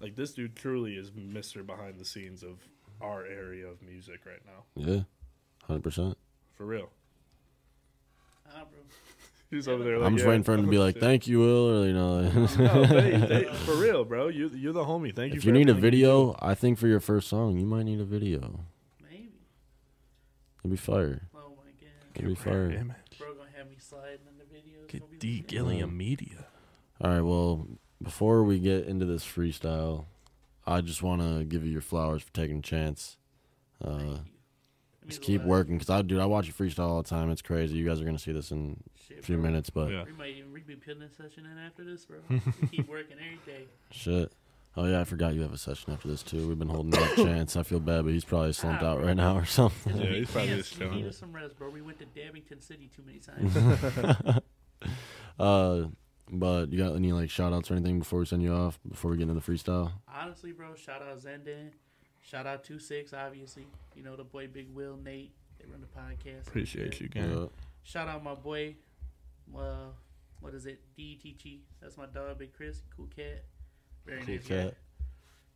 Speaker 1: like this dude truly is Mister behind the scenes of our area of music right now,
Speaker 2: Yeah, 100%.
Speaker 1: for real.
Speaker 3: Nah, bro.
Speaker 1: He's over there. Like,
Speaker 2: I'm just
Speaker 1: yeah,
Speaker 2: waiting for him to be
Speaker 1: oh,
Speaker 2: like,
Speaker 1: shit.
Speaker 2: thank you, Will, or, you know. like-
Speaker 1: No, they- they- for real, bro. You you're the homie. Thank you.
Speaker 2: if
Speaker 1: for
Speaker 2: you need a
Speaker 1: everything.
Speaker 2: video, I think for your first song, you might need a video.
Speaker 3: Maybe.
Speaker 2: It'd be fire.
Speaker 3: Oh my god.
Speaker 2: It'd be fire.
Speaker 3: Bro gonna have me sliding in the videos. Gonna be
Speaker 1: Get
Speaker 3: like,
Speaker 1: D
Speaker 3: yeah.
Speaker 2: Um,
Speaker 1: Gilliam Media.
Speaker 2: All right, well, before we get into this freestyle, I just want to give you your flowers for taking a chance.
Speaker 3: Thank
Speaker 2: Uh,
Speaker 3: you. It means
Speaker 2: just
Speaker 3: a
Speaker 2: keep
Speaker 3: lot.
Speaker 2: working, because I, dude, I watch you freestyle all the time. It's crazy. You guys are gonna see this in a
Speaker 3: Shit,
Speaker 2: few
Speaker 3: bro.
Speaker 2: minutes, but
Speaker 1: Yeah.
Speaker 3: We might even re- be putting a session in after this, bro. We keep working every day.
Speaker 2: shit. Oh yeah, I forgot you have a session after this too. We've been holding out chance. I feel bad, but he's probably slumped out right now or something.
Speaker 1: Yeah, he's probably just
Speaker 3: We
Speaker 1: chilling.
Speaker 3: needed some rest, bro. We went to Davington City too many times.
Speaker 2: Uh, but you got any like shout outs or anything before we send you off? Before we get into the freestyle?
Speaker 3: Honestly, bro, shout out Zenden. Shout out 2 6, obviously. You know, the boy Big Will, Nate. They run the podcast.
Speaker 1: Appreciate you, gang.
Speaker 2: Yeah.
Speaker 3: Shout out my boy, uh, what is it? DTG. That's my dog, Big Chris. Cool cat. Very
Speaker 2: Cool
Speaker 3: nice
Speaker 2: cat.
Speaker 3: cat.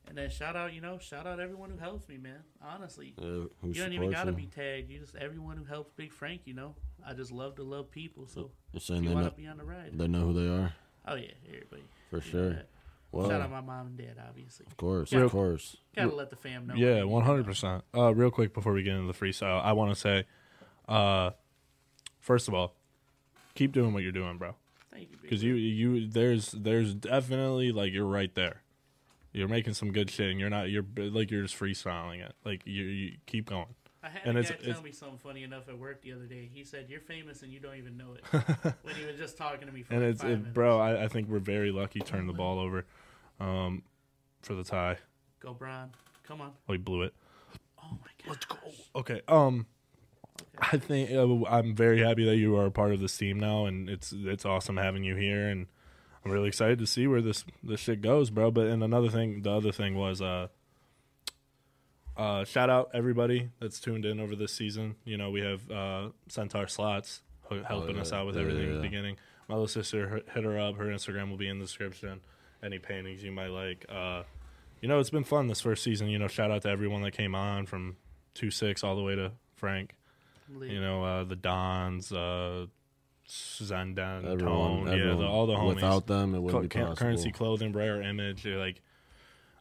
Speaker 3: And then shout out, you know, shout out everyone who helps me, man. Honestly,
Speaker 2: Yeah, uh, who
Speaker 3: you
Speaker 2: supports
Speaker 3: don't even gotta
Speaker 2: you?
Speaker 3: be tagged. You just everyone who helps Big Frank. You know, I just love to love people. So
Speaker 2: You're
Speaker 3: if
Speaker 2: saying
Speaker 3: you
Speaker 2: they
Speaker 3: want
Speaker 2: know
Speaker 3: to be on the ride,
Speaker 2: they know who they are
Speaker 3: oh yeah, everybody.
Speaker 2: for
Speaker 3: You know
Speaker 2: sure.
Speaker 3: that.
Speaker 2: Well,
Speaker 3: Shout out
Speaker 2: of
Speaker 3: my mom and dad, obviously.
Speaker 2: course,
Speaker 1: Real-
Speaker 2: of course.
Speaker 3: Gotta let the fam know.
Speaker 1: Yeah, one hundred percent. Uh, real quick before we get into the freestyle, I want to say, uh, first of all, keep doing what you're doing, bro.
Speaker 3: Thank you, Big
Speaker 1: Because
Speaker 3: Will.
Speaker 1: you you there's there's definitely like you're right there. You're making some good shit, and you're not you're like you're just freestyling it. Like you, you keep going.
Speaker 3: I had
Speaker 1: and
Speaker 3: a
Speaker 1: it's-
Speaker 3: guy
Speaker 1: it's-
Speaker 3: tell me something funny enough at work the other day. He said, "You're famous and you don't even know it." when he was just talking to me for
Speaker 1: And
Speaker 3: like
Speaker 1: it's
Speaker 3: five
Speaker 1: it,
Speaker 3: minutes.
Speaker 1: bro, I, I think we're very lucky. Turned the ball over, um, for the tie.
Speaker 3: Go, Brian. Come on.
Speaker 1: We blew it.
Speaker 3: Oh my god. Let's go.
Speaker 1: Okay. Um, I think uh, I'm very happy that you are a part of this team now, and it's it's awesome having you here, and I'm really excited to see where this this shit goes, bro. But and another thing, the other thing was uh. Uh, shout out everybody that's tuned in over this season. You know we have uh, Centaur Slots h- helping
Speaker 2: Oh, yeah.
Speaker 1: us out with
Speaker 2: Yeah, yeah,
Speaker 1: everything at
Speaker 2: yeah.
Speaker 1: the beginning. My little sister her, hit her up. Her Instagram will be in the description. Any paintings you might like. Uh, you know, it's been fun this first season. You know, shout out to everyone that came on from two six all the way to Frank. You know, uh, the Dons, uh, Zandan,
Speaker 2: Everyone,
Speaker 1: Tone, yeah,
Speaker 2: everyone.
Speaker 1: the, all the homies.
Speaker 2: Without them, it
Speaker 1: Cl-
Speaker 2: wouldn't be
Speaker 1: cur-
Speaker 2: possible.
Speaker 1: currency, clothing, rare image. You're like,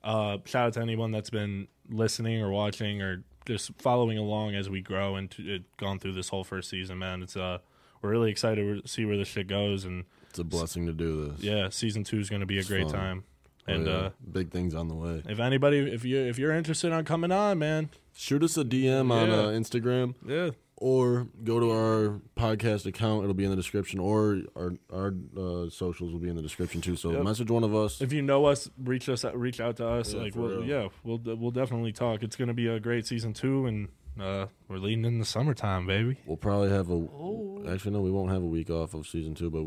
Speaker 1: uh, shout out to anyone that's been listening or watching or just following along as we grow and t- it, gone through this whole first season, man. It's uh, we're really excited to see where this shit goes, and
Speaker 2: It's a blessing to do this.
Speaker 1: yeah, season two is going to be a
Speaker 2: It's
Speaker 1: great
Speaker 2: fun.
Speaker 1: time.
Speaker 2: Oh,
Speaker 1: And
Speaker 2: yeah.
Speaker 1: uh,
Speaker 2: big things on the way.
Speaker 1: if anybody, if you if you're interested on coming on, man,
Speaker 2: Shoot us a DM on
Speaker 1: Yeah.
Speaker 2: uh, Instagram
Speaker 1: yeah,
Speaker 2: or go to our podcast account. It'll be in the description, or our our uh, socials will be in the description too. So
Speaker 1: Yep.
Speaker 2: message one of us.
Speaker 1: if you know us, reach us, reach out to us.
Speaker 2: Yeah,
Speaker 1: like,
Speaker 2: for
Speaker 1: we'll,
Speaker 2: real.
Speaker 1: yeah, we'll we'll definitely talk. It's gonna be a great season two, and uh, we're leading in the summertime, baby.
Speaker 2: We'll probably have a.
Speaker 3: Oh.
Speaker 2: Actually, no, we won't have a week off of season two, but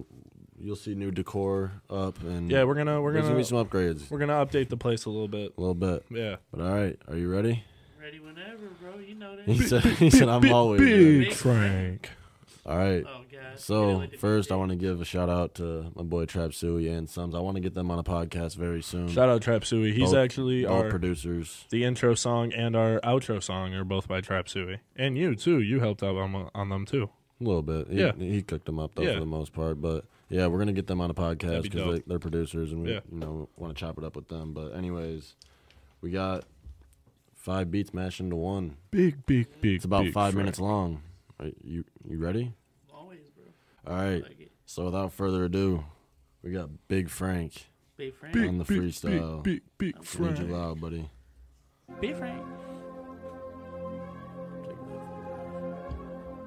Speaker 2: you'll see new decor up and
Speaker 1: Yeah, we're gonna we're
Speaker 2: there's
Speaker 1: gonna
Speaker 2: be some upgrades
Speaker 1: we're gonna update the place a little bit.
Speaker 2: a little bit.
Speaker 1: Yeah,
Speaker 2: But all right, are you ready?
Speaker 3: Ready whenever, bro. You know that.
Speaker 2: He said. He said, "I'm always." ready."
Speaker 1: big Frank.
Speaker 2: All right.
Speaker 3: oh god.
Speaker 2: So first, I want to give a shout out to my boy Trap Suey and Sums. I want to get them on a podcast very soon.
Speaker 1: Shout out Trap Suey. He's
Speaker 2: Both-
Speaker 1: actually
Speaker 2: All
Speaker 1: our
Speaker 2: producers.
Speaker 1: the intro song and our outro song are both by Trap Suey. And you too. You helped out on on them too.
Speaker 2: A little bit. He,
Speaker 1: Yeah.
Speaker 2: he cooked them up though
Speaker 1: Yeah.
Speaker 2: for the most part. But yeah, we're gonna get them on a podcast
Speaker 1: That'd be
Speaker 2: because
Speaker 1: dope.
Speaker 2: they, they're producers and we
Speaker 1: Yeah.
Speaker 2: you know want to chop it up with them. But anyways, we got five beats mashed into one.
Speaker 1: Big, big, big.
Speaker 2: It's about five minutes long. Are you you ready?
Speaker 3: Always, bro.
Speaker 2: All right.
Speaker 3: Like it.
Speaker 2: So without further ado, we got Big Frank.
Speaker 3: Big Frank.
Speaker 2: Big- on the freestyle.
Speaker 1: Big, big, big
Speaker 2: I Need you
Speaker 1: Frank.
Speaker 2: loud, buddy.
Speaker 3: Big Frank.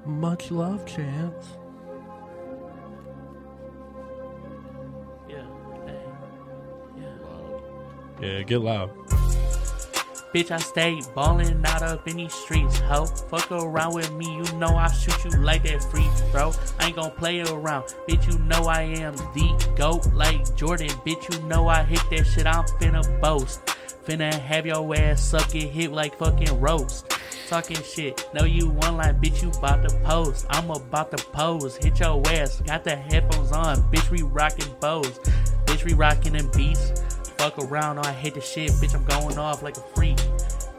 Speaker 1: Much love, Chance. Yeah, get loud.
Speaker 3: Bitch, I stay ballin' out up in these streets, ho. Fuck around with me, you know I shoot you like that free throw. I ain't gon' play around, bitch, you know I am the GOAT like Jordan. Bitch, you know I hit that shit, I'm finna boast. Finna have your ass suck it, hit like fucking roast. Talking shit, no you one line, bitch, you bout to post. I'm about to pose, hit your ass, got the headphones on, bitch, we rockin' bows. Bitch, we rockin' them beats. Fuck around, or I hit the shit, bitch. I'm going off like a freak.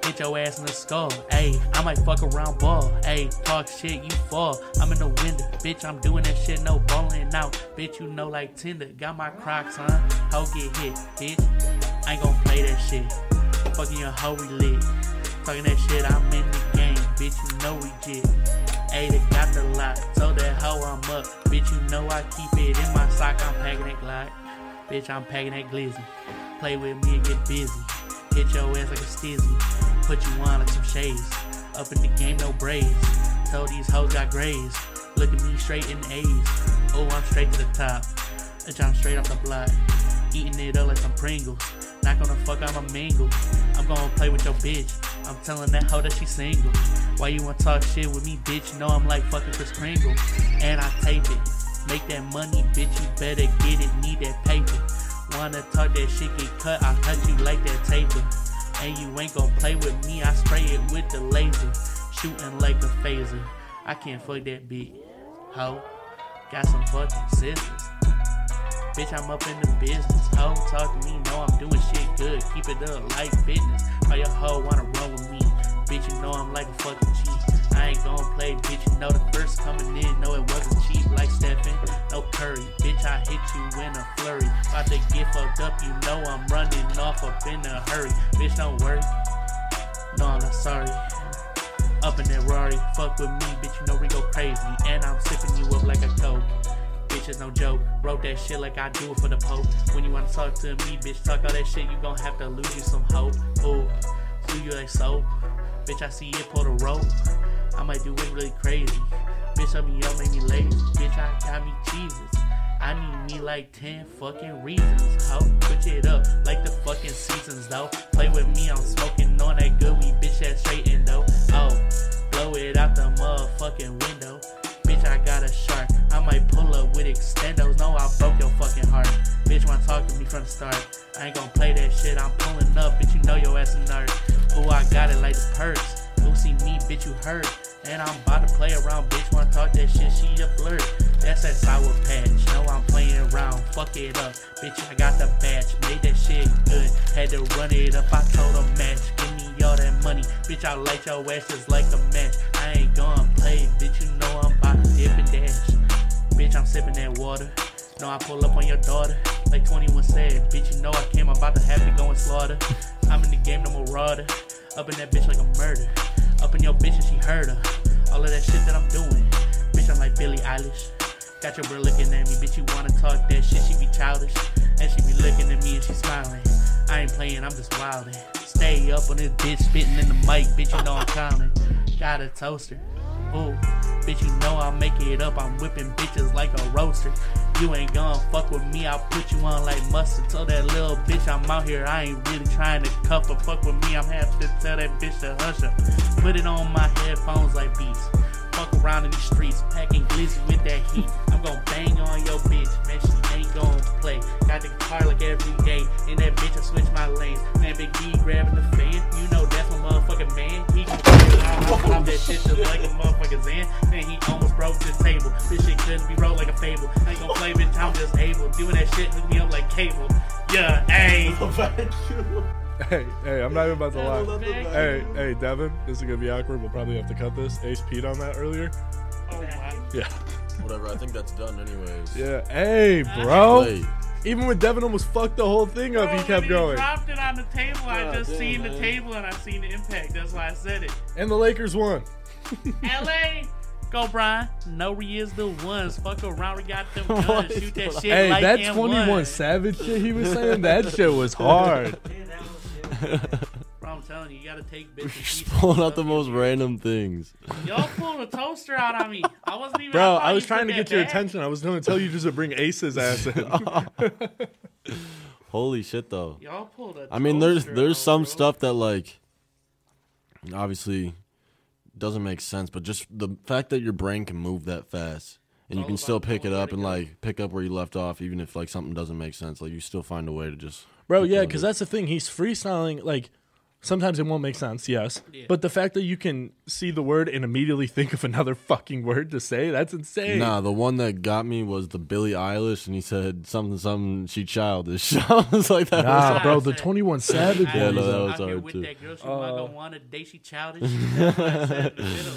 Speaker 3: Hit your ass in the skull, ayy. I might fuck around ball, ayy. Talk shit, you fall. I'm in the window, bitch. I'm doing that shit, no balling out, bitch. You know like Tinder. Got my Crocs on, hoe get hit, bitch. I ain't gonna play that shit. Fucking your hoe we lit. Talking that shit, I'm in the game, bitch. You know we get. Ayy, they got the lock. Told that hoe I'm up, bitch. You know I keep it in my sock. I'm packing that Glock. Bitch, I'm packing that glizzy. Play with me and get busy. Hit your ass like a stizzy. Put you on like some shades. Up in the game, no braids. Told these hoes got grades. Look at me straight in A's. Oh, I'm straight to the top. Bitch, I'm straight off the block. Eating it up like some Pringles. Not gonna fuck, I'ma mingle. I'm gonna play with your bitch. I'm telling that hoe that she single. Why you wanna talk shit with me, bitch? No, I'm like fucking Chris Kringle. And I tape it. Make that money, bitch, you better get it, need that paper. Wanna talk that shit, get cut, I cut you like that taper. And you ain't gon' play with me, I spray it with the laser. Shooting like a phaser. I can't fuck that bitch, ho. Got some fucking scissors. Bitch, I'm up in the business. Ho, talk to me. Know I'm doing shit good. Keep it up like fitness. Why your hoe wanna run with me? Bitch, you know I'm like a fucking G. I ain't gon' play, bitch. You know the first coming in. No, it wasn't cheap like Stephen. No curry. Bitch, I hit you in a flurry. About to get fucked up. You know I'm running off up in a hurry. Bitch, don't worry. No, I'm not sorry. Up in that Rari, fuck with me, bitch, you know we go crazy. And I'm sipping you up like a coke. Bitch, it's no joke. Wrote that shit like I do it for the Pope. When you wanna talk to me, bitch, talk all that shit, you gon' have to lose you some hope. Ooh, do you like so? Bitch, I see it pull the rope. I might do it really crazy. Bitch, I mean, y'all make me lazy. Bitch, I got me Jesus. I need me like 10 fucking reasons. How switch it up like the fucking seasons though. Play with me, I'm smoking on that good weed, bitch that straight and though. Oh, blow it out the motherfucking window. Bitch, I got a shark. I might pull up with extendos. No, I broke your fucking heart. Bitch, wanna talk to me from the start. I ain't gonna play that shit. I'm pulling up, bitch. You know your ass a nerd. Ooh, I got it like the perks. Who see me, bitch, you hurt. And I'm about to play around, bitch. Wanna talk that shit, she a flirt. That's that sour patch. No, I'm playing around. Fuck it up, bitch. I got the batch. Made that shit good. Had to run it up. I told a match. Give me all that money, bitch. I light your ass just like a match. I ain't gonna play, bitch. You know I'm about to dip and dash. Bitch, I'm sipping that water. No, I pull up on your daughter. Like 21 said, bitch, you know I came, I'm about to have to go and slaughter. I'm in the game, no marauder. Up in that bitch like a murder. Up in your bitch and she heard her. All of that shit that I'm doing. Bitch, I'm like Billie Eilish. Got your bro looking at me, bitch, you wanna talk that shit, she be childish. And she be looking at me and she smiling. I ain't playing, I'm just wildin'. Stay up on this bitch, spitting in the mic, bitch, you know I'm counting. Got a toaster. Ooh, bitch, you know I make it up. I'm whipping bitches like a roaster. You ain't gonna fuck with me. I'll put you on like mustard. Tell that little bitch I'm out here. I ain't really trying to cuff her. Fuck with me. I'm have to tell that bitch to hush her. Put it on my headphones like beats. Fuck around in the streets, packing glizzy with that heat. I'm gonna bang on your bitch, man. She ain't gonna play. Got the car like every day, and that bitch I switch my lanes. Man, Big D grabbing the fan. You know that's my motherfucking man. He can pop that shit just like a motherfucking Zan. Man, he almost broke this table. This shit couldn't be rolled like a fable. Ain't gonna play, bitch. I'm just able. Doing that shit, hook me up like cable. Yeah, hey.
Speaker 1: Hey, hey, I'm not even about to lie.
Speaker 3: Oh
Speaker 1: Hey, hey, Devin, this is gonna be awkward. We'll probably have to cut this. Ace Pete on that earlier.
Speaker 3: Oh my.
Speaker 1: Yeah.
Speaker 2: Whatever. I think that's done anyways.
Speaker 1: Yeah. Hey, bro.
Speaker 2: Wait.
Speaker 1: Even when Devin almost fucked the whole thing up,
Speaker 3: Bro,
Speaker 1: he
Speaker 3: Oh, when
Speaker 1: kept going.
Speaker 3: dropped it on the table. I
Speaker 2: God
Speaker 3: just
Speaker 2: damn,
Speaker 3: seen the
Speaker 2: man.
Speaker 3: table and I seen the impact. That's why I said it.
Speaker 1: And the Lakers won.
Speaker 3: LA, go Brian. No, we is the ones. Fuck around, we got them guns.
Speaker 2: What
Speaker 3: Shoot that
Speaker 2: is
Speaker 3: shit
Speaker 1: hey,
Speaker 3: like
Speaker 1: that
Speaker 3: and
Speaker 1: 21
Speaker 3: one.
Speaker 1: Savage shit he was saying, that shit was hard.
Speaker 4: Dude, that was
Speaker 3: Bro, I'm telling you, you gotta take
Speaker 2: Just
Speaker 3: bitches.
Speaker 2: pulling out the most random things.
Speaker 3: Y'all pulled a toaster out on me. I wasn't even.
Speaker 1: Bro,
Speaker 3: thought
Speaker 1: I was
Speaker 3: you
Speaker 1: trying to
Speaker 3: put
Speaker 1: get
Speaker 3: that
Speaker 1: your
Speaker 3: back.
Speaker 1: attention. I was going to tell you just to bring Ace's ass in.
Speaker 2: Holy shit, though.
Speaker 3: Y'all pulled a
Speaker 2: I mean, there's
Speaker 3: toaster
Speaker 2: there's
Speaker 3: out,
Speaker 2: some
Speaker 3: bro.
Speaker 2: stuff that like obviously doesn't make sense, but just the fact that your brain can move that fast and you
Speaker 3: All
Speaker 2: can
Speaker 3: about
Speaker 2: still pick it
Speaker 3: knowing where
Speaker 2: up
Speaker 3: to
Speaker 2: and
Speaker 3: go.
Speaker 2: like pick up where you left off, even if like something doesn't make sense, like you still find a way to just
Speaker 1: Bro,
Speaker 2: keep
Speaker 1: yeah,
Speaker 2: going.
Speaker 1: because that's the thing. He's freestyling. Like, sometimes it won't make sense, yes.
Speaker 3: Yeah.
Speaker 1: But the fact that you can see the word and immediately think of another fucking word to say, that's insane.
Speaker 2: Nah, the one that got me was the Billie Eilish, and he said something, something. She childish. I was like, that
Speaker 1: Nah,
Speaker 2: was
Speaker 1: bro, the 21 Savage
Speaker 3: I
Speaker 2: Yeah, no,
Speaker 1: Boys.
Speaker 2: that
Speaker 3: out
Speaker 2: was
Speaker 3: here
Speaker 2: hard,
Speaker 3: with
Speaker 2: too.
Speaker 3: That girl, she
Speaker 1: Uh,
Speaker 3: might go want a day she childish. That's what I said in the middle.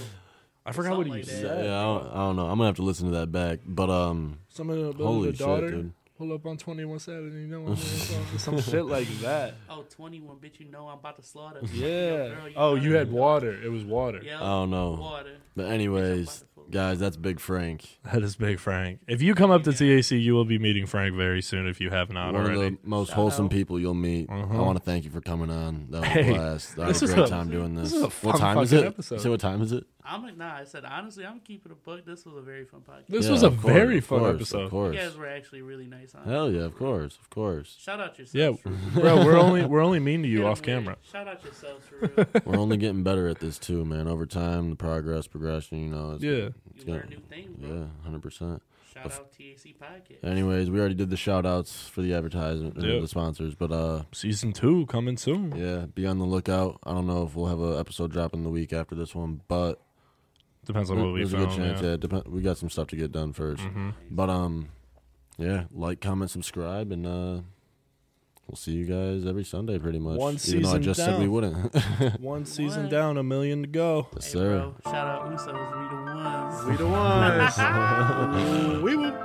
Speaker 1: I forgot what he
Speaker 3: Something like
Speaker 2: yeah, I
Speaker 3: that.
Speaker 1: said.
Speaker 2: don't, I don't know. I'm gonna have to listen to that back, but um,
Speaker 1: Some of the
Speaker 2: Holy
Speaker 1: ability
Speaker 2: shit,
Speaker 1: daughter.
Speaker 2: dude.
Speaker 1: Pull up on 21 Savage and you know I'm Some shit like that.
Speaker 3: Oh, 21, bitch, you know I'm about to slaughter. Yo,
Speaker 1: Yeah.
Speaker 3: girl,
Speaker 1: Oh,
Speaker 3: know
Speaker 1: you
Speaker 3: that.
Speaker 1: had water. It was water.
Speaker 3: Yeah,
Speaker 2: I don't know.
Speaker 3: water.
Speaker 2: But anyways,
Speaker 3: Bitch, I'm
Speaker 2: guys, that's Big Frank.
Speaker 1: That is Big Frank. If you come up to TAC, you will be meeting Frank very soon if you have not
Speaker 2: one
Speaker 1: already.
Speaker 2: of the most wholesome
Speaker 3: out.
Speaker 2: people you'll meet. I
Speaker 1: Uh-huh.
Speaker 2: want to thank you for coming on. That was
Speaker 1: Hey,
Speaker 2: a blast. I had
Speaker 1: this
Speaker 2: a
Speaker 1: is
Speaker 2: great
Speaker 1: a-
Speaker 2: time doing this.
Speaker 1: this is a fun
Speaker 2: what time is it?
Speaker 1: fucking
Speaker 2: You
Speaker 1: episode.
Speaker 2: say what time is it?
Speaker 3: I'm like, nah, I said, honestly, I'm keeping it a buck. This was a very fun podcast.
Speaker 1: This
Speaker 2: Yeah,
Speaker 1: was a
Speaker 2: of course,
Speaker 1: very
Speaker 2: of
Speaker 1: fun
Speaker 2: course, Of
Speaker 1: episode.
Speaker 3: You
Speaker 2: course.
Speaker 3: guys were actually really nice on it.
Speaker 2: Hell yeah, of course, of course.
Speaker 3: Shout out yourselves.
Speaker 1: Yeah,
Speaker 3: for real.
Speaker 1: bro, we're only we're only mean to
Speaker 3: Get
Speaker 1: you
Speaker 3: 'em
Speaker 1: off
Speaker 3: weird.
Speaker 1: camera.
Speaker 3: Shout out yourselves for real.
Speaker 2: We're only getting better at this too, man. Over time, the progress, progression, you know. It's,
Speaker 1: Yeah.
Speaker 3: You
Speaker 2: Yeah.
Speaker 3: learn new things, bro.
Speaker 2: Yeah, hundred percent.
Speaker 3: Shout out TAC Podcast.
Speaker 2: Anyways, we already did the shout outs for the advertisement, or
Speaker 1: Yeah.
Speaker 2: the sponsors, but uh,
Speaker 1: Season two coming soon.
Speaker 2: yeah, be on the lookout. I don't know if we'll have an episode dropping the week after this one, but
Speaker 1: Depends on what we
Speaker 2: there's
Speaker 1: found.
Speaker 2: a good chance.
Speaker 1: yeah. Mm-hmm.
Speaker 2: Yeah, depen- we got some stuff to get done 1st but um, yeah, like, comment, subscribe, and uh, we'll see you guys every Sunday, pretty much.
Speaker 1: One
Speaker 2: even though I
Speaker 1: season
Speaker 2: just said we
Speaker 1: down.
Speaker 2: wouldn't.
Speaker 1: One season
Speaker 3: What?
Speaker 1: down, a million to go.
Speaker 2: yes,
Speaker 3: Hey,
Speaker 2: sir.
Speaker 1: Oh,
Speaker 3: bro, shout out Usos. We the ones.
Speaker 1: We the ones. we will.
Speaker 3: Oh.